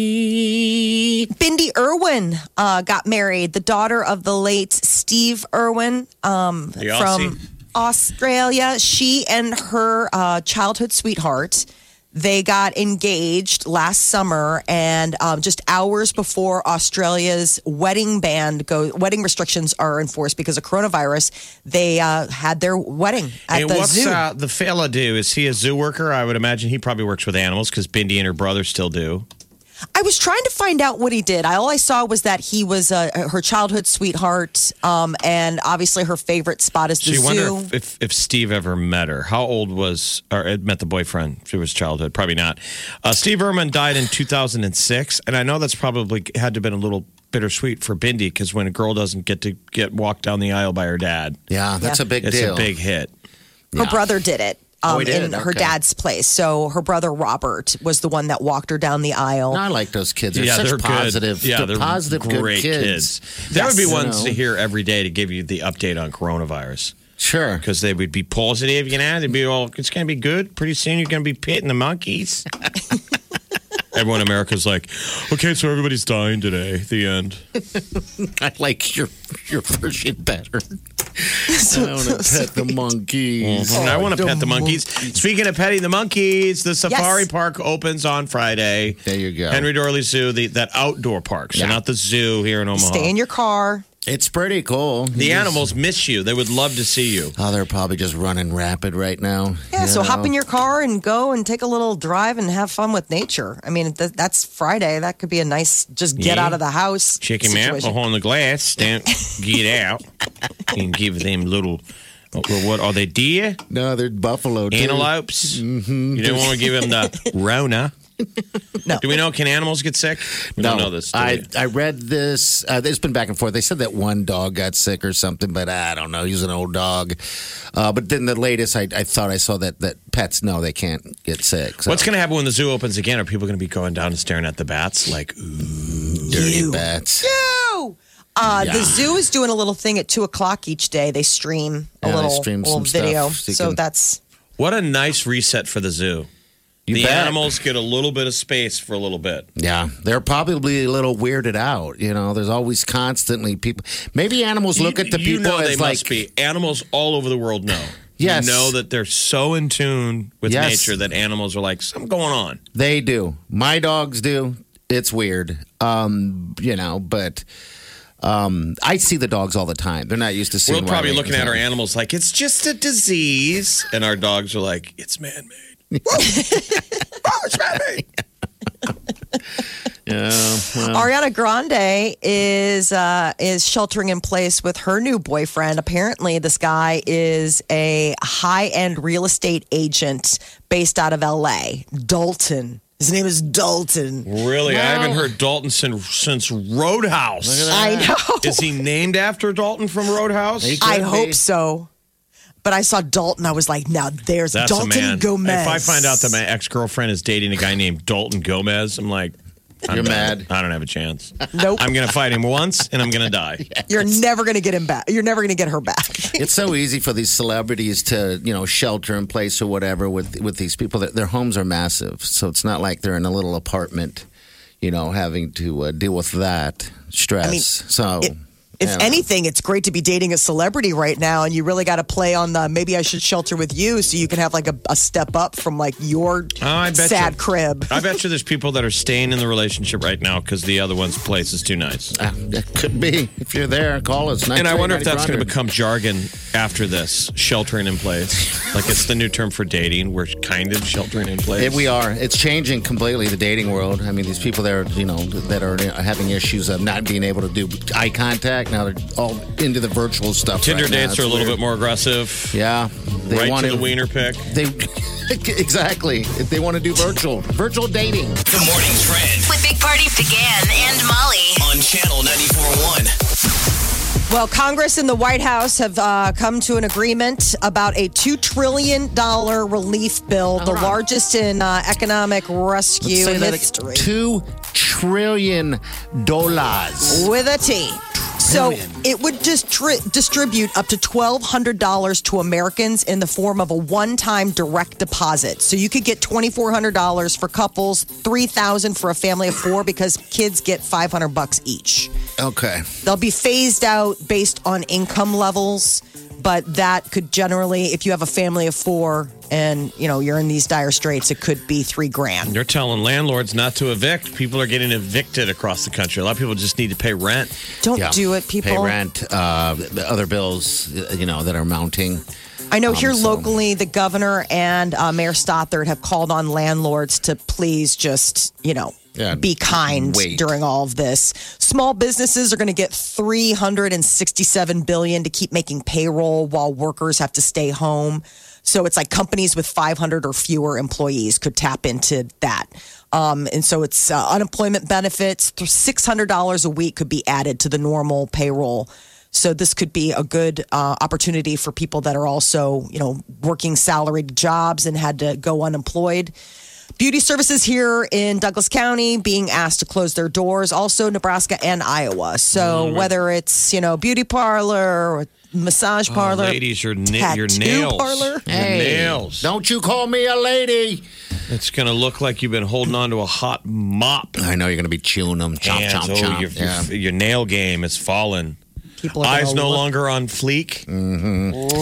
money. Bindi Irwin uh, got married, the daughter of the late Steve Irwin um, The from Aussie. Australia. She and her uh, childhood sweetheart. They got engaged last summer, and um, just hours before Australia's wedding ban go, wedding restrictions are enforced because of coronavirus, they uh, had their wedding at and the what's zoo. Uh, the fella do? Is he a zoo worker? I would imagine he probably works with animals because Bindi and her brother still do. I was trying to find out what he did. I, all I saw was that he was uh, her childhood sweetheart, um, and obviously her favorite spot is the So you wonder zoo. if, if, if Steve ever met her. How old was, or uh, met the boyfriend? She was childhood, probably not. Uh, Steve Irwin died in 2006. And I know that's probably had to have been a little bittersweet for Bindi because when a girl doesn't get to get walked down the aisle by her dad, Yeah, that's a big it's deal. a big hit. her brother did it. Um, Oh, he did? in her Okay. dad's place. So her brother Robert was the one that walked her down the aisle. I like those kids. They're yeah, such they're positive. Good. Yeah, they're, positive, great good kids. There would be Yes. ones You know. to hear every day to give you the update on coronavirus. Sure. because they would be positive, you know. They'd be all, it's going to be good. Pretty soon you're going to be pitting the monkeys. Everyone in America's like, okay, so everybody's dying today. The end. I like your your version better. I want to pet the monkeys. and I want to Oh, pet the monkeys. Speaking of petting the monkeys, the safari Yes. park opens on Friday. There you go. Henry Dorley Zoo, the, that outdoor park, so Yeah. not the zoo here in Omaha. Stay in your car. It's pretty cool. the You just- animals miss you. They would love to see you. Oh, they're probably just running rapid right now. Yeah, so You know? hop in your car and go and take a little drive and have fun with nature. I mean, th- that's Friday. That could be a nice just get Yeah. out of the house. Check him out situation. behind the glass. Stand, get out and give them little. Well, what are they? Deer? No, they're buffalo. too. antelopes. Mm-hmm. You don't want to give him the Rona. No. Do we know can animals get sick? We don't know this. do I, we? I read this. Uh, it's been back and forth. They said that one dog got sick or something, but I don't know. He's an old dog. Uh, but then the latest, I, I thought I saw that that pets no, they can't get sick. So What's going to happen when the zoo opens again? Are people going to be going down and staring at the bats? Like, ooh, dirty bats? Ew. Uh, The zoo is doing a little thing at two o'clock each day. They stream a Yeah, they little, stream little some stuff video. so you so can- that's what a nice reset for the zoo. You the bet. animals get a little bit of space for a little bit. Yeah, they're probably a little weirded out. You know, there's always constantly people. Maybe animals look at the people you know as they like must be animals all over the world know. Yes. you know that they're so in tune with Yes. nature that animals are like something going on. They do. My dogs do. It's weird. Um, you know, but um, I see the dogs all the time. They're not used to We're seeing. probably wild looking animals. at our animals like it's just a disease, and our dogs are like it's man made. Ariana Grande is uh, is sheltering in place with her new boyfriend. Apparently, this guy is a high end real estate agent based out of L.A. Dalton. His name is Dalton. Really? I haven't heard Dalton since, since Roadhouse. I know. Is he named after Dalton from Roadhouse? I Could hope be. so. But I saw Dalton. I was like, now there's That's a Dalton man. Gomez. If I find out that my ex girlfriend is dating a guy named Dalton Gomez, I'm like, I'm You're done. mad. I don't have a chance. Nope. I'm going to fight him once and I'm going to die. You're never going to get him back. You're never going to get her back. It's so easy for these celebrities to, you know, shelter in place or whatever with with these people. Their, their homes are massive, so it's not like they're in a little apartment, you know, having to uh, deal with that stress. I mean, so, it- if yeah. anything, it's great to be dating a celebrity right now, and you really got to play on the maybe I should shelter with you so you can have like a, a step up from like your Oh, I bet sad you. crib. I bet you there's people that are staying in the relationship right now because the other one's place is too nice. Uh, it could be if you're there, call us. And I wonder if that's going to 938-9400. become jargon after this sheltering in place. Like it's the new term for dating. We're kind of sheltering in place. It, we are. It's changing completely the dating world. I mean, these people that are, you know, that are having issues of not being able to do eye contact now they're all into the virtual stuff. Tinder right now. dates It's are a little weird. bit more aggressive. Yeah, they right want to the it- wiener pick. They exactly. If they want to do virtual, virtual dating. The morning trend With Big Party began and Molly. on channel 94.1. Well, Congress and the White House have uh, come to an agreement about a $2 trillion relief bill, the largest in uh, economic rescue Oh, Say that history. ag- Two trillion dollars. with a T. So it would distri- distribute up to twelve hundred dollars to Americans in the form of a one-time direct deposit. So you could get twenty-four hundred dollars for couples, three thousand for a family of four, because kids get five hundred bucks each. Okay. They'll be phased out based on income levels, but that could generally, if you have a family of four and you know you're in these dire straits, it could be three grand. They're telling landlords not to evict. People are getting evicted across the country. A lot of people just need to pay rent. Don't Yeah. do it, people. Pay rent. Uh, the other bills, uh, you know, that are mounting. I know Um, here so- locally, the governor and uh, Mayor Stothard have called on landlords to please just, you know, Yeah, be kind wait. during all of this. Small businesses are going to get 367 billion to keep making payroll while workers have to stay home. So it's like companies with 500 or fewer employees could tap into that. Um, and so it's uh, unemployment benefits, $600 a week could be added to the normal payroll. So this could be a good uh, opportunity for people that are also, you know, working salaried jobs and had to go unemployed. Beauty services here in Douglas County being asked to close their doors, also Nebraska and Iowa. So Mm-hmm. whether it's, you know, beauty parlor or massage parlor, Oh, Ladies, your, na- your tattoo nails. parlor. Your nails. Don't you call me a lady? It's going to look like you've been holding on to a hot mop. I know you're going to be chewing them. Chomp, Hands. chomp, Oh, chomp. Your, yeah. your, your nail game is fallen. people are Eyes gonna no look longer on fleek.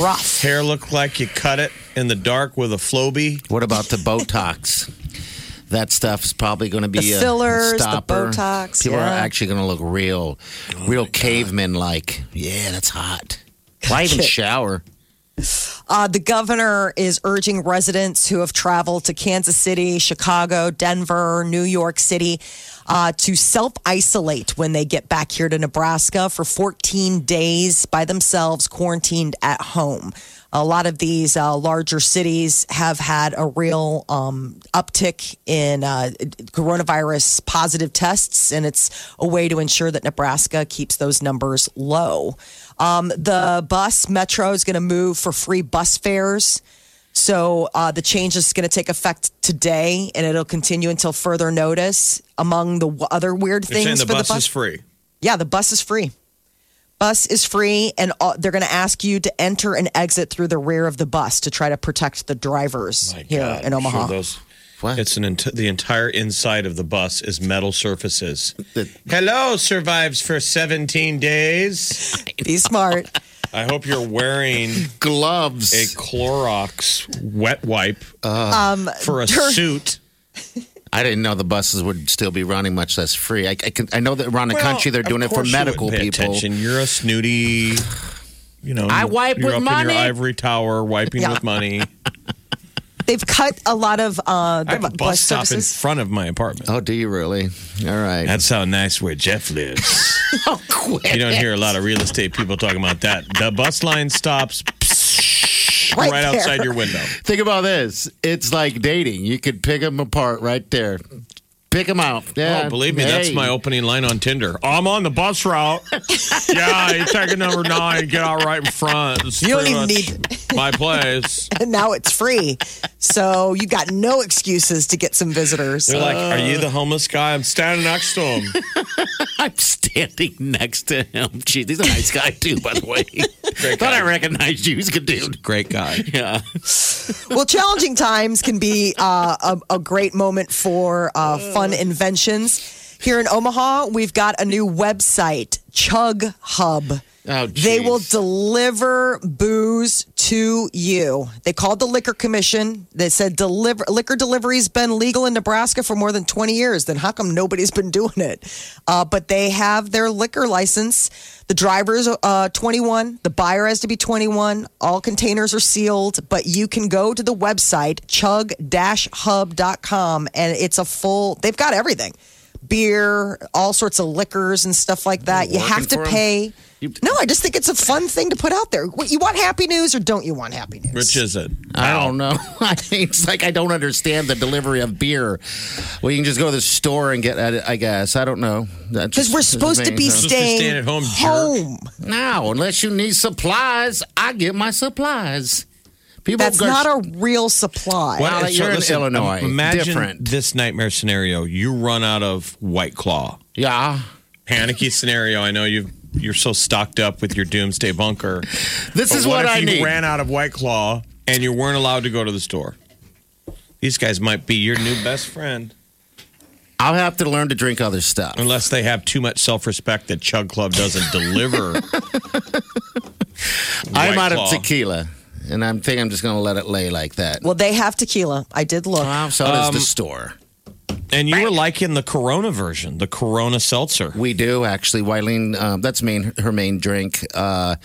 rough. Hair looked like you cut it in the dark with a Flowbee. What about the Botox? That stuff's probably going to be The a fillers, the stopper. Botox, People are yeah. actually going to look real, Oh, real caveman like. Yeah, that's hot. Why even shower? Uh, the governor is urging residents who have traveled to Kansas City, Chicago, Denver, New York City uh, to self isolate when they get back here to Nebraska for 14 days by themselves, quarantined at home. A lot of these uh, larger cities have had a real um, uptick in uh, coronavirus positive tests, and it's a way to ensure that Nebraska keeps those numbers low. Um, the bus metro is going to move for free bus fares. So uh, the change is going to take effect today, and it'll continue until further notice. Among the w- other weird You're saying things the for bus, the bus, is free. yeah, the bus is free. Bus is free, and all, they're going to ask you to enter and exit through the rear of the bus to try to protect the drivers here in I'm Omaha. sure those- What? It's an ent- the entire inside of the bus is metal surfaces. Hello survives for 17 days. Be smart. I hope you're wearing Gloves. a Clorox wet wipe Uh, for a suit. I didn't know the buses would still be running, much less free. I, I, can, I know that around the country they're Of doing it for course you medical wouldn't pay people. Attention. You're a snooty. You know, I you're- wipe you're with up in money. your ivory tower, wiping Yeah. with money. They've cut a lot of uh, I the have a bu- bus stop in services. front of my apartment. Oh, do you really? All right. That's how nice where Jeff lives. oh, quit. You don't hear a lot of real estate people talking about that. The bus line stops right, Right there. outside your window. Think about this. It's like dating. You could pick them apart right there. pick them out. Yeah. Oh, believe me, that's Uh, my Hey. opening line on Tinder. I'm on the bus route. yeah, you take a number nine, get out right in front. It's You don't pretty even much my place. and now it's free. So you got no excuses to get some visitors. They're like, "Are you the homeless guy? I'm standing next to him." I'm standing next to him. Gee, he's a nice guy too, by the way. Thought I recognized you. He's a good dude. Great guy. Yeah. well, challenging times can be uh, a, a great moment for uh, fun inventions. Here in Omaha, we've got a new website, Chug Hub. Oh, they will geez. deliver booze to you. They called the liquor commission. They said deliver liquor delivery's been legal in Nebraska for more than 20 years. Then how come nobody's been doing it? Uh, but they have their liquor license. The driver is uh, 21. The buyer has to be 21. All containers are sealed. But you can go to the website chug-hub.com and it's a full. They've got everything. Beer, all sorts of liquors and stuff like that. You have to Working for 'em? pay. You- No, I just think it's a fun thing to put out there. What, you want happy news or don't you want happy news? Which is it? I don't know. I mean, it's like I don't understand the delivery of beer. Well, you can just go to the store and get it. I guess I don't know. Because we're supposed to be Supposed to staying stand at home, jerk. home. now, unless you need supplies, I get my supplies. People That's go- not a real supply. Well, Wow, you're in Illinois. Imagine Different. this nightmare scenario: you run out of White Claw. yeah. Panicky scenario. I know you. You're so stocked up with your doomsday bunker. This But is what, if I you need. ran out of White Claw and you weren't allowed to go to the store? These guys might be your new best friend, I'll have to learn to drink other stuff. unless they have too much self-respect that Chug Club doesn't deliver. I'm White out Claw. of tequila, and I'm think I'm just going to let it lay like that. Well, they have tequila. I did look. Wow, so does Um, the store. And you were liking the Corona version, the Corona seltzer. We do actually. Wileen, um, that's main her main drink. Uh,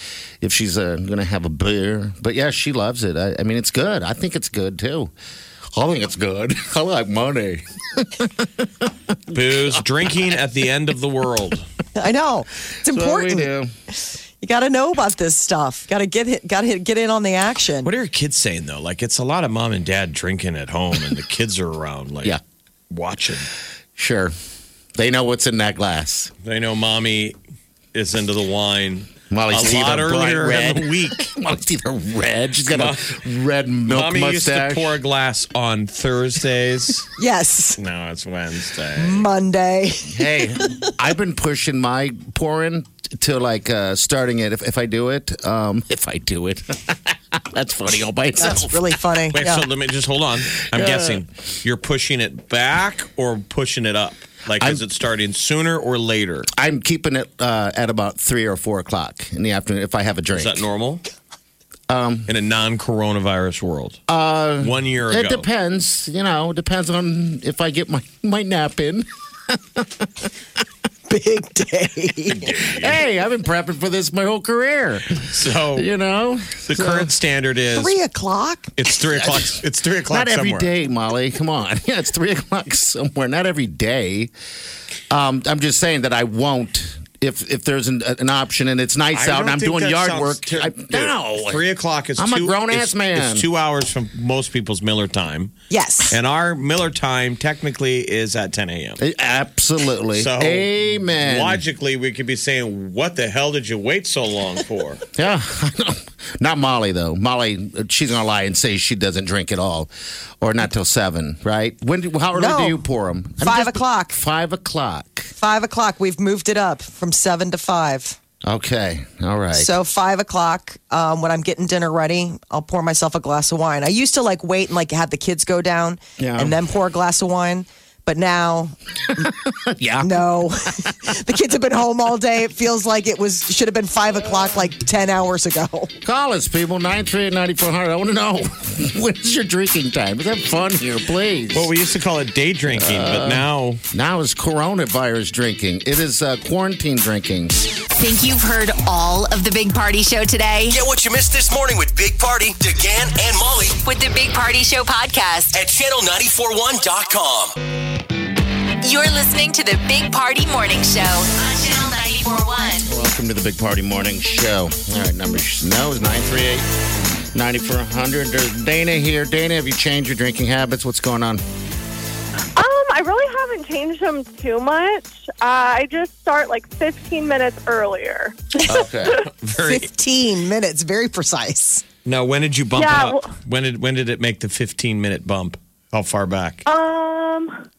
if she's uh, gonna have a beer, but yeah, she loves it. I, I mean, it's good. I think it's good too. I think it's good. I like money. Booze, drinking at the end of the world. I know. It's important. You got to know about this stuff. Got to get got to get in on the action. What are your kids saying though? Like it's a lot of mom and dad drinking at home, and the kids are around, like Yeah. watching. Sure, they know what's in that glass. They know mommy is into the wine. Molly's a teeth lot are bright earlier red. in the week. Molly's teeth are red. She's got a red milk Mommy mustache. used to pour a glass on Thursdays. Yes, now it's Hmm. Wednesday. Monday. hey, I've been pushing my pouring to like uh, starting it. If, if I do it, um, if I do it, that's funny all by itself. That's really funny. Wait, Yeah. so let me just hold on. I'm guessing you're pushing it back or pushing it up. Like, is it starting sooner or later? I'm keeping it uh, at about three or four o'clock in the afternoon if I have a drink. Is that normal? Um, in a non-coronavirus world, uh, one year ago, It depends, you know. Depends on if I get my my nap in. Big day. hey, I've been prepping for this my whole career. so You know, the current standard is Three o'clock. it's three o'clock. It's three o'clock. not every somewhere. day, Molly. Come on, yeah, it's three o'clock somewhere. Not every day. Um, I'm just saying that I won't. If, if there's an, an option and it's nice I out and don't I'm think doing that yard sounds work, ter- I, Dude, no. three o'clock is I'm a two- grown-ass it's- man. It's two hours from most people's Miller time, Yes. and our Miller time technically is at 10 a.m. Absolutely. So Amen. Logically, we could be saying, "What the hell did you wait so long for?" Yeah, not Molly though. Molly, she's gonna lie and say she doesn't drink at all, or not till seven, right? When? Do, how early No. do you pour them? Five o'clock. Five o'clock. Five o'clock. We've moved it up from seven to five. Okay. All right. So five o'clock, um, when I'm getting dinner ready, I'll pour myself a glass of wine. I used to like wait and like have the kids go down Yeah. and then pour a glass of wine. But now, yeah. no, the kids have been home all day. It feels like it was should have been five o'clock like ten hours ago. Call us, people. Nine three eight ninety four hundred. I want to know when is your drinking time? Let's have fun here, please. Well, we used to call it day drinking, but now now is coronavirus drinking. It is uh, quarantine drinking. Think you've heard all of the Big Party Show today? Get what you missed this morning with Big Party, DeGan, and Molly With the Big Party Show podcast. at channel941.com. You're listening to the Big Party Morning Show on Channel 941. Welcome to the Big Party Morning Show. All right, number no is 938 9400. There's Dana here. Dana, have you changed your drinking habits? What's going on? Um, I really haven't change them too much. Uh, I just start like 15 minutes earlier. Okay. Very. 15 minutes, very precise. Now, when did you bump Yeah, it up? well- when did when did it make the 15 minute bump? How far back? Oh. Um,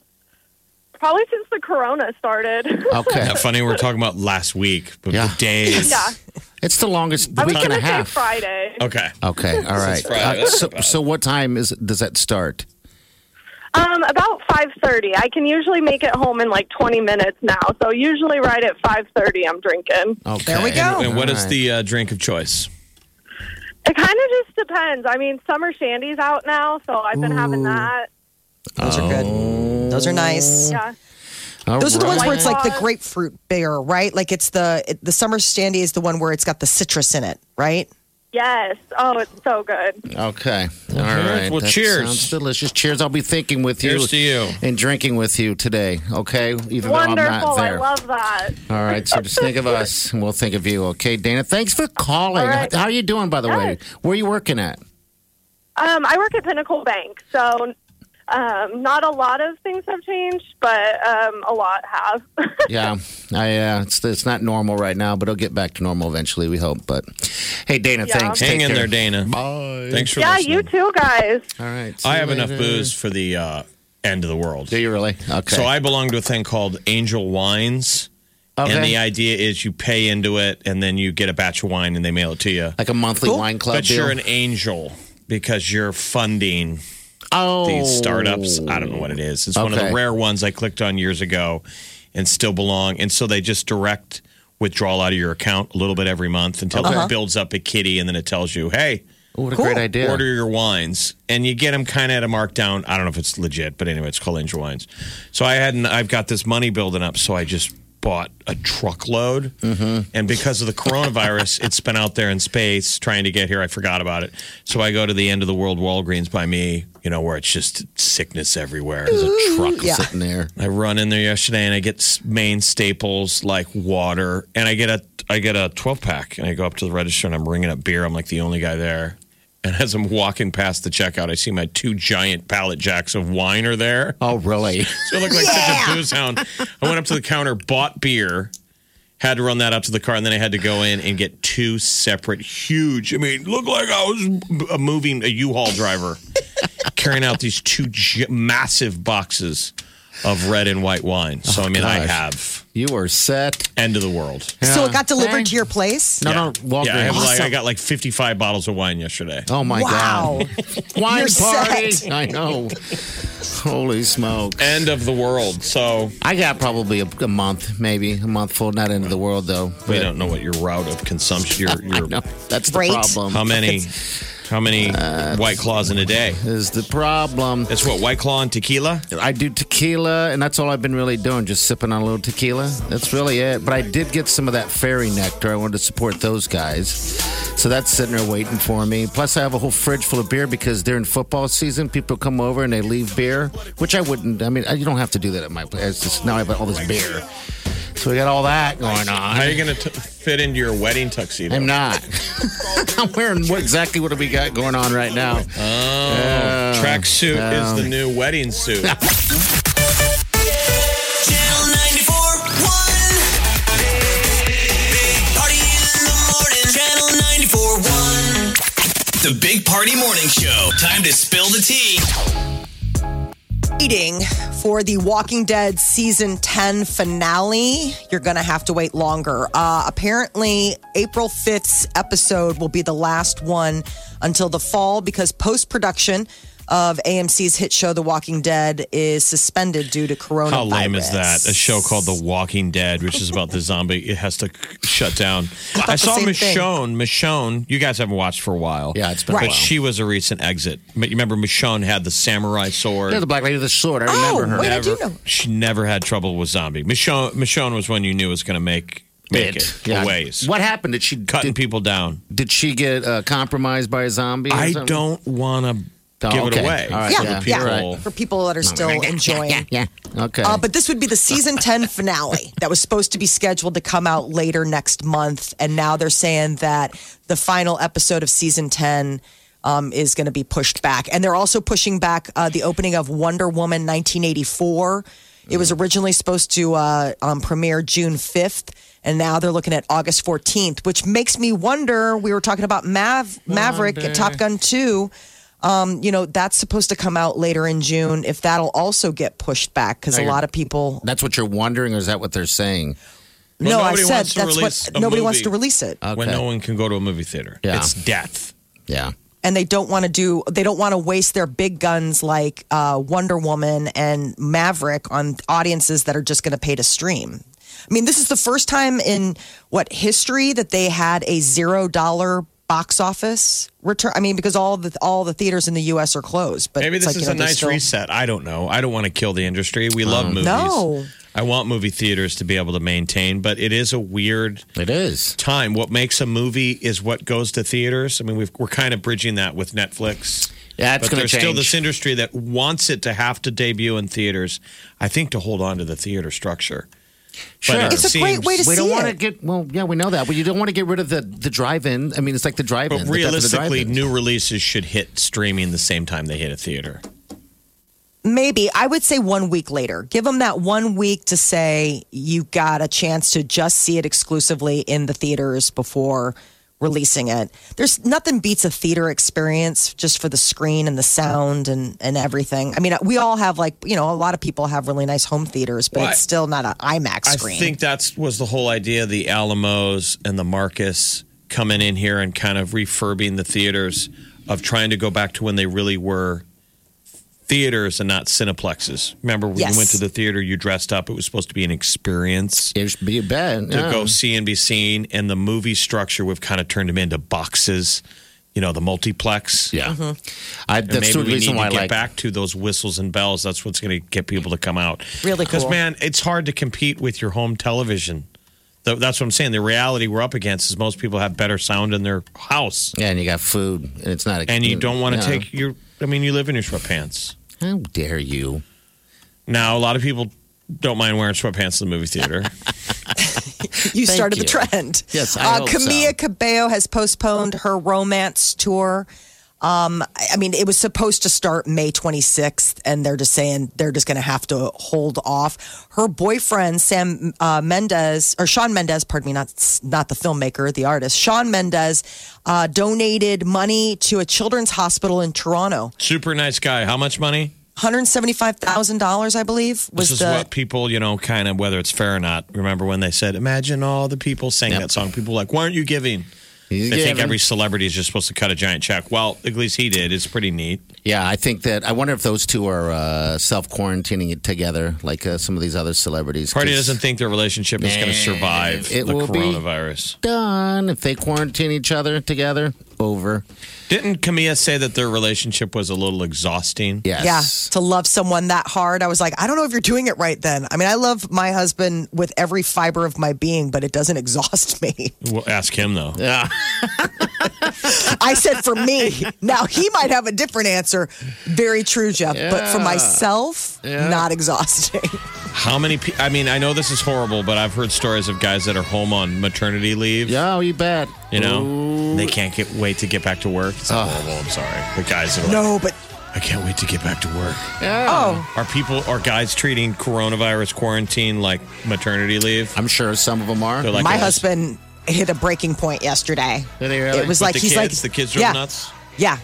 probably since the corona started. Okay. Not funny. We're talking about last week, but Yeah. the days. yeah, It's the longest I was week and gonna a say half. Friday. Okay. Okay, all right. Friday. Uh, so, so what time is does that start? Um, about 5:30. I can usually make it home in like 20 minutes now. So usually right at 5:30, I'm drinking. Okay. There we go. And what is All right. the uh, drink of choice? It kind of just depends. I mean, summer shandy's out now, so I've been having that. Those are good. Those are nice. Yeah. uh, All Those are the ones where it's right. like the grapefruit beer, right? Like it's the it, the summer standy is the one where it's got the citrus in it, right? Yes. Oh, it's so good. Okay. All right. Well, That cheers. Sounds delicious. Cheers. I'll be thinking with you. Cheers to you. And drinking with you today. Okay. Even though I'm Wonderful. not I there. love that. All right. So just think of us and we'll think of you. Okay, Dana. Thanks for calling. All right. How are you doing, by the way? Yes. Where are you working at? Um, I work at Pinnacle Bank, so um, not a lot of things have changed, but um, a lot have. Yeah, I uh, it's it's not normal right now, but it'll get back to normal eventually. We hope. But hey, Dana, Yeah. thanks. Hang Take in care. there, Dana. Bye. Thanks for yeah, listening. you too, guys. All right. I see have you enough later. booze for the uh, end of the world. Do you really? Okay. So I belong to a thing called Angel Wines. And the idea is you pay into it and then you get a batch of wine and they mail it to you. like a monthly wine club but deal. you're an angel because you're funding oh, these startups. I don't know what it is. It's one of the Okay. rare ones I clicked on years ago and still belong. And so they just direct withdrawal out of your account a little bit every month until it builds up a kitty and then it tells you, hey, Oh, what a great idea. order your wines and you get them kind of at a markdown. I don't know if it's legit, but anyway, it's called Angel Wines. So I hadn't, I've got this money building up, so I just bought a truckload. And because of the coronavirus, it's been out there in space trying to get here. I forgot about it. So I go to the end of the world Walgreens by me, you know, where it's just sickness everywhere. There's a truck Yeah. sitting there. I run in there yesterday and I get s- main staples like water and I get a I get a 12 pack and I go up to the register and I'm ringing up beer. I'm like the only guy there. And as I'm walking past the checkout, I see my two giant pallet jacks of wine are there. Oh, really? So I look like such a booze hound. I went up to the counter, bought beer, had to run that up to the car, and then I had to go in and get two separate huge. I mean, look like I was a moving a U-Haul driver carrying out these two gi- massive boxes of red and white wine. So I mean, I Oh, gosh. have You were set. end of the world. So it got delivered Thanks. to your place. No, no, yeah, Walgreens. I, have like, I got like 55 bottles of wine yesterday. Oh my wow. god! Wine You're party. set. I know. Holy smoke! End of the world. So I got probably a, a month, maybe a month full. Not into the world though. we but- don't know what your route of consumption, your, your No, that's Rate? the problem. how many, how many Uh, white claws in a day. is the problem? It's what White Claw and tequila. I do tequila, and that's all I've been really doing, just sipping on a little tequila. That's really it. But I did get some of that fairy nectar. I wanted to support those guys. So that's sitting there waiting for me. Plus, I have a whole fridge full of beer because during football season, people come over and they leave beer, which I wouldn't. I mean, I- you don't have to do that at my place. It's just now I have all this beer. So we got all that going How are on. you going to fit into your wedding tuxedo? I'm not. I'm wearing what exactly what have we got going on right now? Uh, Track suit Um, Oh. is the new wedding suit. Channel 94 1. Big Party in the morning. Channel 94 1. The Big Party Morning Show. Time to spill the tea. Waiting for the Walking Dead season 10 finale. You're going to have to wait longer. Uh, apparently, April 5th's episode will be the last one until the fall because post production of AMC's hit show The Walking Dead is suspended due to coronavirus. How lame is that? A show called The Walking Dead, which is about the zombie, it has to shut down. I, saw the same thing. Michonne. Michonne, you guys haven't watched for a while. Yeah, it's been a But while. she was a recent exit. But you remember Michonne had the samurai sword. Yeah, the black lady with the sword. I Oh, remember her. wait, I do Never- know. She never had trouble with zombie. Michonne, Michonne was one you knew was going to make make it, Yeah. a ways. What happened? Did she Cutting did, people down. did she get uh, compromised by a zombie? or I something? don't want to Oh, give it okay. away. All right, for yeah, the yeah, people. for people that are still enjoying. Yeah. Okay. Uh, but this would be the season 10 finale that was supposed to be scheduled to come out later next month. And now they're saying that the final episode of season 10 um, is going to be pushed back. And they're also pushing back uh, the opening of Wonder Woman 1984. It was originally supposed to uh, um, premiere June 5th, and now they're looking at August 14th, which makes me wonder. We were talking about Mav- Maverick and Top Gun 2. Um, you know, that's supposed to come out later in June, if that'll also get pushed back, because Now a you're- lot of people That's what you're wondering, or is that what they're saying? Well, No, I nobody said wants to that's what- release a nobody wants movie to release it. When no one can go to a movie theater. Yeah. It's death. Yeah. and they don't want to do they don't want to waste their big guns like uh, Wonder Woman and Maverick on audiences that are just going to pay to stream. I mean, this is the first time in what history that they had a zero dollar box office return. I mean, because all the all the theaters in the U.S. are closed. But Maybe it's this like, you is know, a they're nice still- reset. I don't know. I don't want to kill the industry. We love Mm. movies. No. I want movie theaters to be able to maintain, but it is a weird it is time. What makes a movie is what goes to theaters. I mean, we've, we're kind of bridging that with Netflix. Yeah, it's but gonna there's still change. this industry that wants it to have to debut in theaters. I think to hold on to the theater structure. But it It's a great seems- way to see we don't want to it. get well. Yeah, we know that, but you don't want to get rid of the the drive-in. I mean, it's like the But drive-in. the death of the realistically, drive-in. new releases should hit streaming the same time they hit a theater. Maybe I would say one week later. Give them that one week to say you got a chance to just see it exclusively in the theaters before releasing it. There's nothing beats a theater experience just for the screen and the sound and and everything. I mean, we all have like you know a lot of people have really nice home theaters, but Well, it's I- still not an IMAX screen. I think that's was the whole idea the Alamos and the Marcus coming in here and kind of refurbing the theaters of trying to go back to when they really were theaters and not cineplexes. Remember when Yes. you went to the theater, you dressed up. It was supposed to be an experience It should be a bed. to yeah. go see and be seen. And the movie structure, we've kind of turned them into boxes. You know, the multiplex. Yeah, Mm-hmm. I, And that's the maybe we reason need why I to get like. back to those whistles and bells. That's what's going to get people to come out. Really Because cool. man, it's hard to compete with your home television. Th- That's what I'm saying. The reality we're up against is most people have better sound in their house, Yeah, and you got food, and it's not. A, mm, and you don't want to Yeah. take your. I mean, you live in your sweatpants. How dare you? Now, a lot of people don't mind wearing sweatpants in the movie theater. you Thank started the you. trend. Yes, I uh, hope Camilla so. Cabello has postponed her romance tour. Um, I I mean, it was supposed to start May 26th, and they're just saying they're just going to have to hold off. Her boyfriend Sam uh, Mendez or Sean Mendez, pardon me, not not the filmmaker, the artist. Sean Mendez uh, donated money to a children's hospital in Toronto, Super nice guy. How much money? hundred seventy five thousand dollars, I believe, was This is the what people, you know, kind of whether it's fair or not. Remember when they said, "Imagine all the people sang that song." People were like, "Why aren't you giving?" You They get think it. every celebrity is just supposed to cut a giant check. Well, at least he did. It's pretty neat. Yeah, I think that I wonder if those two are uh, self quarantining it together, like uh, some of these other celebrities. Party 'cause doesn't think their relationship is going to survive it the will be- coronavirus. done if they quarantine each other together. Over. Didn't Camilla say that their relationship was a little exhausting? Yes. Yeah, to love someone that hard. I was like, I don't know if you're doing it right then. I mean, I love my husband with every fiber of my being, but it doesn't exhaust me. We'll ask him though. Yeah. I said for me. Now, he might have a different answer. Very true, Jeff. But for myself, not exhausting. How many? Pe- I mean, I know this is horrible, but I've heard stories of guys that are home on maternity leave. Yeah, you bet. You know, Ooh. they can't get wait to get back to work. It's horrible. I'm sorry. The guys are like, No, but I can't wait to get back to work. oh, Are people? Are guys treating coronavirus quarantine like maternity leave? I'm sure some of them are. They're like my "Oh, husband hit a breaking point yesterday. Did they really? It was with like the he's kids, like the kids are yeah, nuts. Yeah.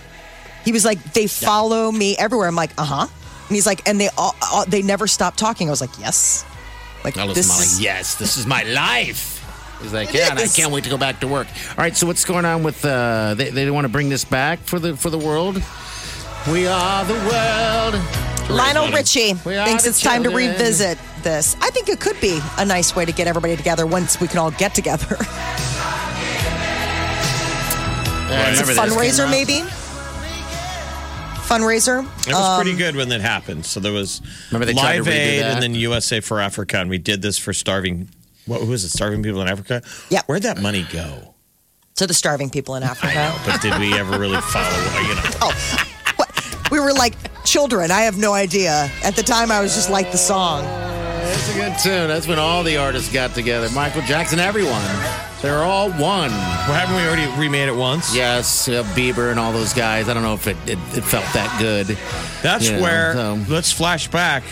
He was like, they follow me everywhere. I'm like, uh huh. And he's like, and they all, all they never stop talking. I was like, yes. Like I was this smiling. is yes, this is my life. He's like, It yeah, and I is. can't wait to go back to work. All right, so what's going on with uh, they? They want to bring this back for the for the world. We are the world. Lionel Money. Richie We are thinks the it's time to children. revisit this. I think it could be a nice way to get everybody together once we can all get together. Yeah, It's a remember this came fundraiser, out? maybe? Fundraiser? It was um, pretty good when that happened. So there was Remember they tried to Live redo Aid that? and then USA for Africa, and we did this for starving. What was it? Starving people in Africa. Yep. Where'd that money go? to the starving people in Africa. But did we ever really follow? You Oh. know, What? We were like children. I have no idea. At the time, I was just like the song. That's a good tune. That's when all the artists got together. Michael Jackson, everyone. They're all one. well, haven't we already remade it once? Yes, we have Bieber and all those guys. I don't know if it, it, it felt that good. That's You know, where so- let's flash back.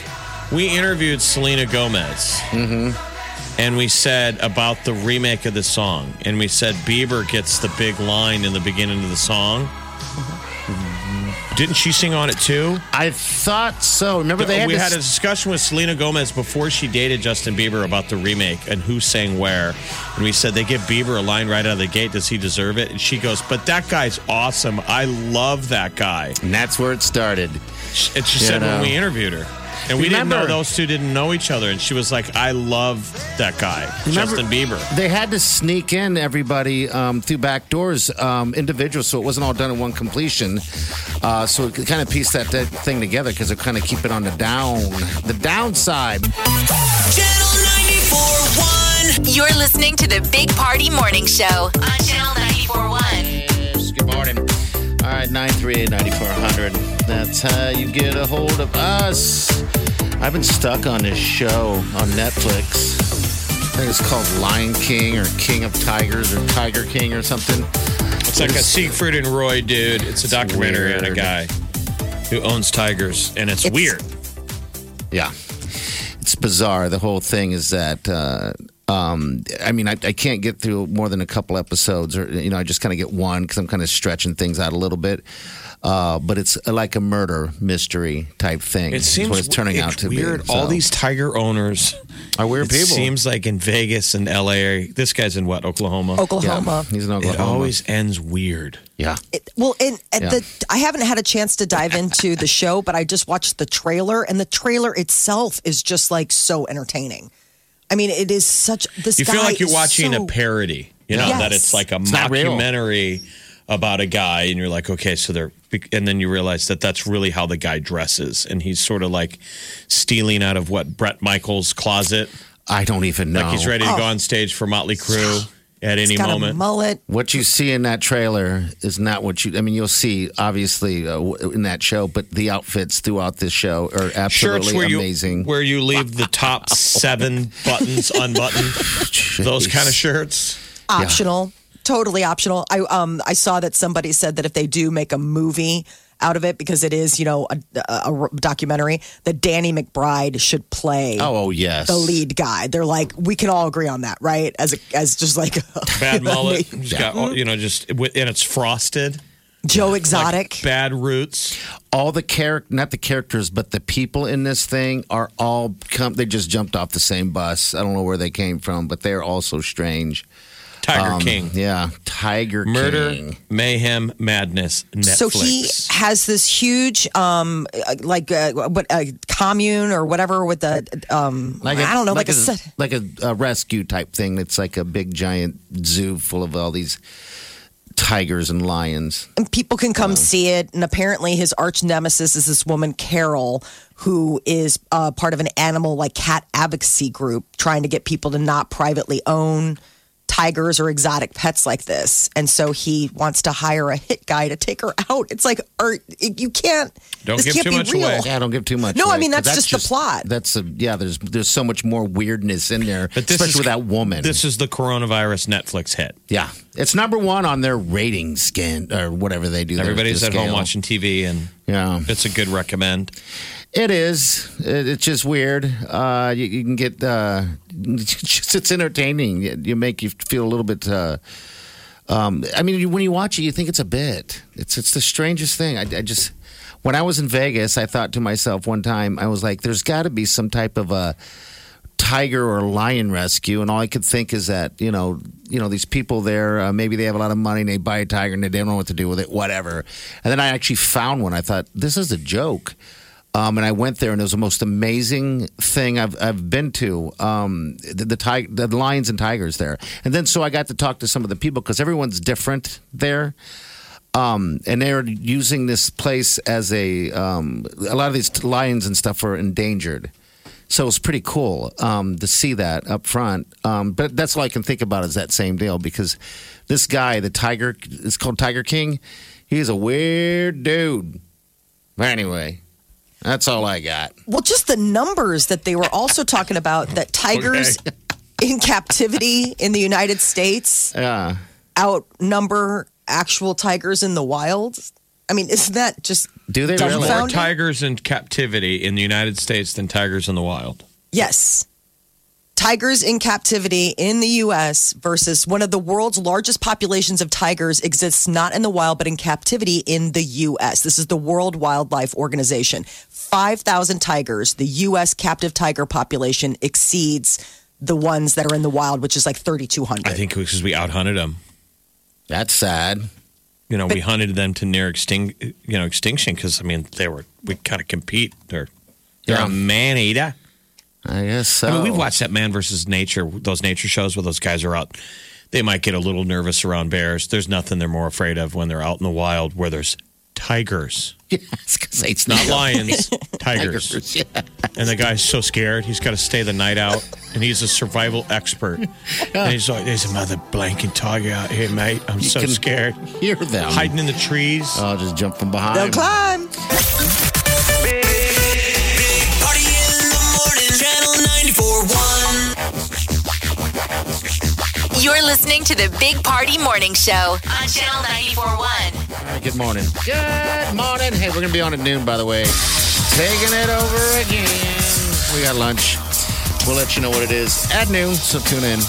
we interviewed Selena Gomez. Mm-hmm. And we said about the remake of the song. And we said Bieber gets the big line in the beginning of the song. Mm-hmm. Didn't she sing on it too? I thought so. Remember they had we this- had a discussion with Selena Gomez before she dated Justin Bieber about the remake and who sang where, and we said they give Bieber a line right out of the gate. Does he deserve it? And she goes, "But that guy's awesome. I love that guy." And that's where it started. And she You said when know. we interviewed her, and we didn't know Remember- those two didn't know each other, and she was like, "I love that guy, Remember- Justin Bieber." They had to sneak in everybody um, through back doors, um, individuals, so it wasn't all done in one completion. Uh, so it kind of pieced that, that thing together because it kind of keep it on the down, the downside. You're listening to the Big Party Morning Show on Channel 941. Good morning. All right, 938 9400. That's how you get a hold of us. I've been stuck on this show on Netflix. I think it's called Lion King or King of Tigers or Tiger King or something. It's like a Siegfried and Roy dude. It's a documentary on a weird. guy who owns tigers, and it's, It's- weird. Yeah. It's bizarre. The whole thing is that, uh, um, I mean, I, I can't get through more than a couple episodes, or, you know, I just kind of get one because I'm kind of stretching things out a little bit. Uh, but it's like a murder mystery type thing. It is seems what it's turning it's out to weird. be. All So- these tiger owners are weird it people. Seems like in Vegas and L.A. This guy's in what Oklahoma? Oklahoma. Yeah, he's in It Oklahoma. always ends weird. Yeah. It, well, and, and Yeah. the, I haven't had a chance to dive into the show, but I just watched the trailer, and the trailer itself is just like so entertaining. I mean, it is such this. You feel guy like you're is watching so- a parody. You know that Yes. it's like a It's not real. mockumentary about a guy, and you're like, okay, so they're, and then you realize that that's really how the guy dresses, and he's sort of like stealing out of what Brett Michaels' closet. I don't even know. Like he's ready to Oh. go on stage for Motley Crue at He's any got a moment. mullet. What you see in that trailer is not what you. I mean, you'll see obviously uh, w- in that show, but the outfits throughout this show are shirts absolutely where amazing. you where you leave the top seven buttons unbuttoned. Those kind of shirts. optional totally optional i um i saw that somebody said that if they do make a movie out of it because it is you know a, a, a documentary that danny mcbride should play Oh, oh, yes. the lead guy they're like we can all agree on that right as a, as just like Bad mullet. He's got all- you know just and it's frosted. joe exotic Bad roots. all the character, not the characters, but the people in this thing are all come. They just jumped off the same bus. I don't know where they came from, but they're all so strange. Tiger Um, King. yeah, Tiger Murder, King. mayhem, madness. Netflix. So he has this huge, um, uh, like uh, what uh, commune or whatever with the, um, Like I don't know, like, a, set like a, a rescue type thing. It's like a big giant zoo full of all these tigers and lions. and people can come see it. And apparently, his arch nemesis is this woman, Carol, who is uh, part of an animal like cat advocacy group trying to get people to not privately own tigers or exotic pets like this. And so he wants to hire a hit guy to take her out. It's like, or, you can't. Don't this give can't too be much real. away. Yeah, don't give too much. No, I away, mean, 'cause that's just the plot. That's a yeah. There's there's so much more weirdness in there, But this especially is- with that woman. This is the coronavirus Netflix hit. yeah, it's number one on their rating scan or whatever they do. their- Everybody's their at home scale. watching TV, and Yeah, it's a good recommend. it is. It, it's just weird. Uh, you, you can get uh, just it's entertaining. You, you make you feel a little bit. Uh, um, I mean, you, when you watch it, you think it's a bit. It's it's the strangest thing. I, I just when I was in Vegas, I thought to myself one time, I was like, "There's got to be some type of a." tiger or lion rescue, and all I could think is that you know, you know, these people there, uh, maybe they have a lot of money and they buy a tiger and they don't know what to do with it, whatever. And then I actually found one. I thought this is a joke, um, and I went there, and it was the most amazing thing I've I've been to. Um, the the, ti- the lions and tigers there, and then so I got to talk to some of the people because everyone's different there Um, and they're using this place as a um, a lot of these lions and stuff are endangered so it's pretty cool um, to see that up front um, but that's all i can think about is that same deal because this guy the tiger it's called tiger king he's a weird dude but anyway that's all i got Well, just the numbers that they were also talking about that tigers in captivity in the United States yeah outnumber actual tigers in the wild. I mean, isn't that just do they There's more dumbfounding? tigers in captivity in the United States than tigers in the wild. Yes. Tigers in captivity in the U.S. versus one of the world's largest populations of tigers exists not in the wild, but in captivity in the U.S. This is the World Wildlife Organization. 5,000 tigers, the U.S. captive tiger population exceeds the ones that are in the wild, which is like 3,200. I think because we outhunted them. That's sad. You know, we hunted them to near extinct, you know, extinction because I mean they were we kind of compete. They're they're Yeah. Oh. a man eater. I guess so. I mean, we've watched that Man versus Nature, those nature shows where those guys are out. They might get a little nervous around bears. There's nothing they're more afraid of when they're out in the wild where there's tigers, Yes, because it's not lions, tigers. And the guy's so scared, he's got to stay the night out. And he's a survival expert. And he's like, "There's another blanking tiger out here, mate. I'm so can Uh. scared." Hear them. Hiding in the trees. I'll just jump from behind. They'll climb. Party in the morning, channel 94.1. You're listening to the Big Party Morning Show on Channel 941. All right, good morning. Good morning. Hey, we're going to be on at noon, by the way. Taking it over again. We got lunch. We'll let you know what it is at noon, so tune in.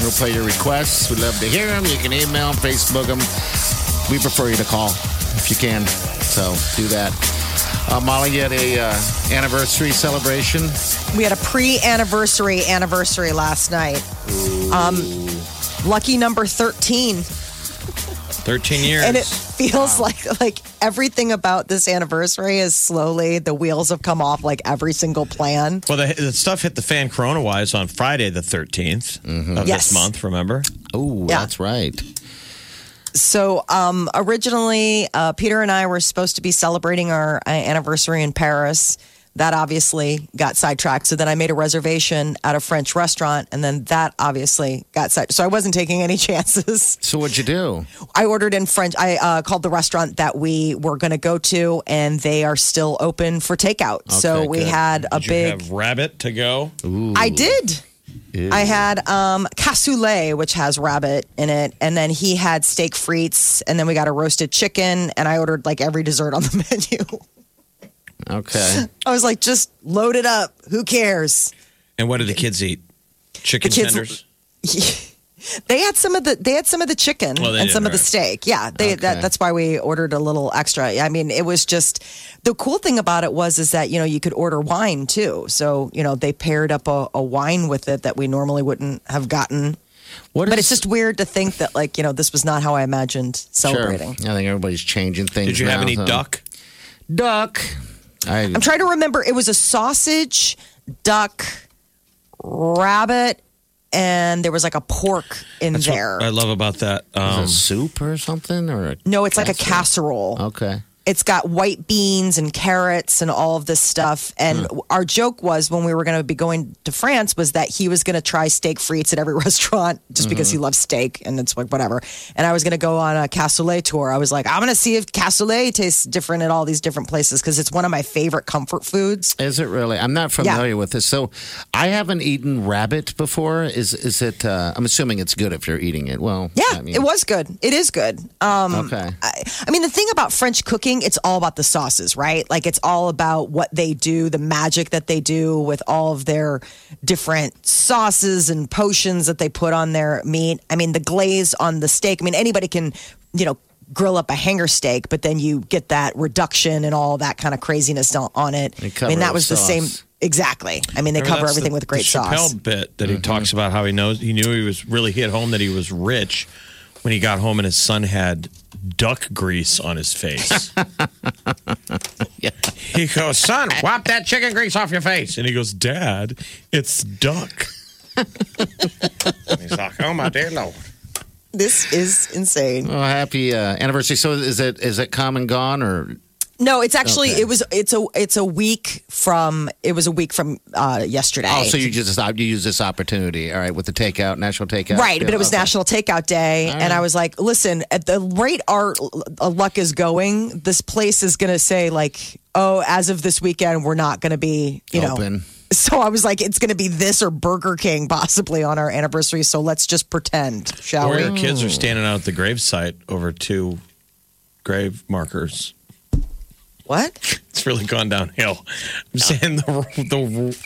We'll play your requests. We'd love to hear them. You can email them, Facebook them. We prefer you to call if you can. So do that. Uh, Molly, you had a uh, anniversary celebration. We had a pre-anniversary anniversary last night. Um, lucky number 13. 13 years. and it feels like like everything about this anniversary is slowly the wheels have come off like every single plan well, the, the stuff hit the fan corona wise on Friday, the 13th of Yes. this month, remember? Oh, Yeah. that's right. so um originally uh peter and i were supposed to be celebrating our uh, anniversary in paris that obviously got sidetracked so then i made a reservation at a french restaurant and then that obviously got sidetracked so i wasn't taking any chances So what'd you do? I ordered in French. I uh, called the restaurant that we were going to go to, and they are still open for takeout. so Okay, we good. had a Did big. you have rabbit to go? I did. I had um, cassoulet, which has rabbit in it, and then he had steak frites, and then we got a roasted chicken, and I ordered like every dessert on the menu. Okay. I was like, just load it up. Who cares? And what did the kids eat? Chicken The kids- tenders? They had some of the they had some of the chicken Well, they and did, some of the right. steak. Yeah, they that, that's why we ordered a little extra. I mean, it was just the cool thing about it was is that you know you could order wine too. So you know they paired up a, a wine with it that we normally wouldn't have gotten. What But is- it's just weird to think that, like, you know, this was not how I imagined Sure. I celebrating. think everybody's changing things. Did you have now, any so- duck? Duck. I, I'm trying to remember. It was a sausage, duck, rabbit, and there was like a pork in That's what there. I love about that. Um, a soup or something or a, no, it's like a casserole. okay It's got white beans and carrots and all of this stuff. And Hmm. our joke was when we were going to be going to France was that he was going to try steak frites at every restaurant just because Mm-hmm. he loves steak and it's like whatever. And I was going to go on a cassoulet tour. I was like, I'm going to see if cassoulet tastes different at all these different places because it's one of my favorite comfort foods. is it really i'm not familiar with this so i haven't eaten rabbit before is is it uh, i'm assuming it's good if you're eating it well Yeah, I mean, it was good. It is good. Um, okay I, I mean, the thing about French cooking, it's all about the sauces, right? Like, it's all about what they do, the magic that they do with all of their different sauces and potions that they put on their meat. I mean, the glaze on the steak. I mean, anybody can, you know, grill up a hanger steak, but then you get that reduction and all that kind of craziness on on it. I They mean, cover that it was with the same. sauce. Exactly. I mean, they Remember, cover that's everything the- with great the sauce. Chappelle bit that he talks about how he knows he knew he was really hit home that he was rich when he got home and his son had duck grease on his face. He goes, son, wipe that chicken grease off your face. And he goes, Dad, it's duck. and he's like, Oh my dear lord. This is insane. well happy uh, anniversary so is it is it come and gone or No, it's actually Okay. it was it's a it's a week from it was a week from uh, yesterday. oh so you just you use this opportunity all right with the takeout national takeout right, but it was Okay. National Takeout Day, and I was like, listen, at the rate our uh, luck is going, this place is going to say like, oh, as of this weekend, we're not going to be you know. Open. So I was like, it's going to be this or Burger King possibly on our anniversary. So let's just pretend, shall Or we? Oh. your kids are standing out at the gravesite over two grave markers. What? It's really gone downhill. I'm saying the the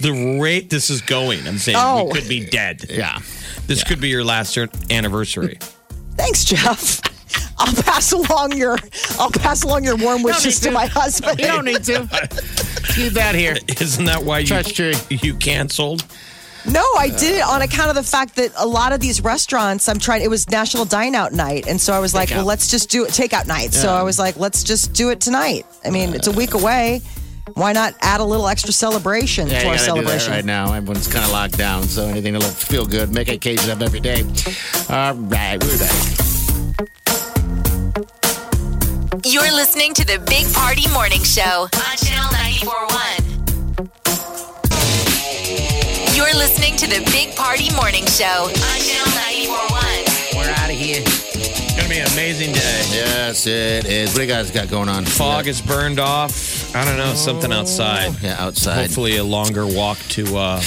the rate this is going. I'm saying Oh. we could be dead. Yeah, this could be your last year- anniversary. Thanks, Jeff. I'll pass along your I'll pass along your warm wishes to. my husband. You don't need to. Keep that here. Isn't that why you Trust you. you canceled? No, I did it on account of the fact that a lot of these restaurants I'm trying it was National Dine Out night and so I was like, well, let's just do it takeout night. So Yeah. I was like, let's just do it tonight. I mean, it's a week away. Why not add a little extra celebration Yeah, to you our gotta do celebration? that right now. Everyone's kind of locked down, so anything to look, feel good, make occasion of every day. All right, we're back. You're listening to the Big Party Morning Show on Channel 941. You're listening to the Big Party Morning Show on Channel 941. We're out of here. It's gonna be an amazing day. Yes, it is. What do you guys got going on? Fog is burned off. I don't know something outside. Yeah, outside. Hopefully, a longer walk to uh,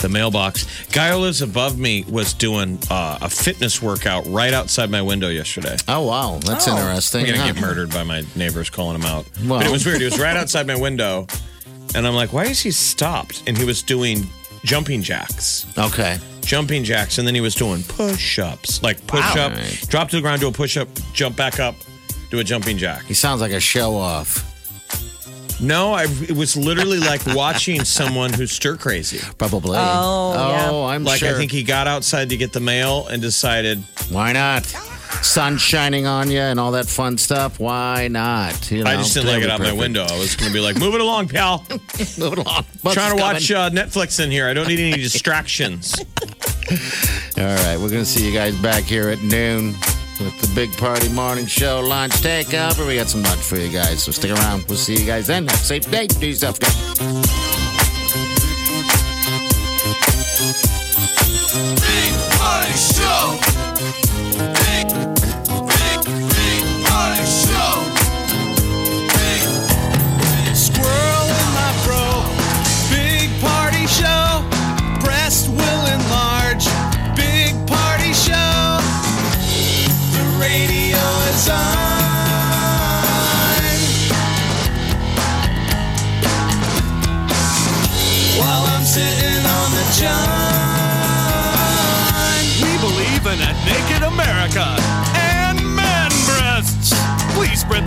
the mailbox. Guy who lives above me was doing uh, a fitness workout right outside my window yesterday. Oh wow, that's Oh. interesting. I'm gonna huh? get murdered by my neighbors calling him out. Well. But it was weird. He was right outside my window, and I'm like, "Why is he stopped?" And he was doing jumping jacks. Okay. Jumping jacks, and then he was doing push-ups, like push-up, Wow. drop to the ground, do a push-up, jump back up, do a jumping jack. He sounds like a show off. No, I, it was literally like watching someone who's stir crazy. Probably. Oh, Oh, yeah. I'm like I sure. think he got outside to get the mail and decided Why not? Sun shining on you and all that fun stuff. Why not? You I know, just didn't like it totally out my perfect. window. I was going to be like, move it along, pal. move it along. Trying is to watch uh, Netflix in here. I don't need any distractions. All right, we're gonna see you guys back here at noon with the Big Party Morning Show lunch takeover. We got some lunch for you guys, so stick around. We'll see you guys then. Have a safe day. Do yourself good. Big Party Show. Big, big, big Party Show. Big squirrel in my fro. Big Party Show. Breast will enlarge. Big Party Show. The radio is on. While I'm sitting on the john. We believe in a naked America and man breasts. Please spread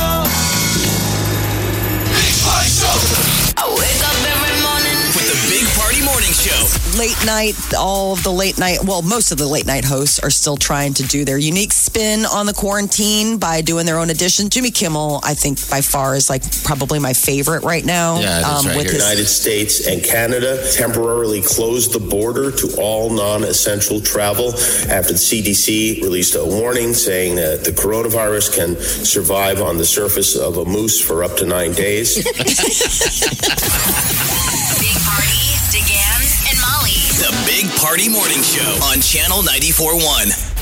Big party show. I wake up every morning with the Big Party Morning Show. Late night, all of the late night, well, most of the late night hosts are still trying to do their unique spin on the quarantine by doing their own edition. Jimmy Kimmel, I think by far is like probably my favorite right now. um, with the his United States and Canada temporarily closed the border to all non-essential travel after the CDC released a warning saying that the coronavirus can survive on the surface of a moose for up to nine days. DeGan and Molly. The Big Party Morning Show on Channel 94.1.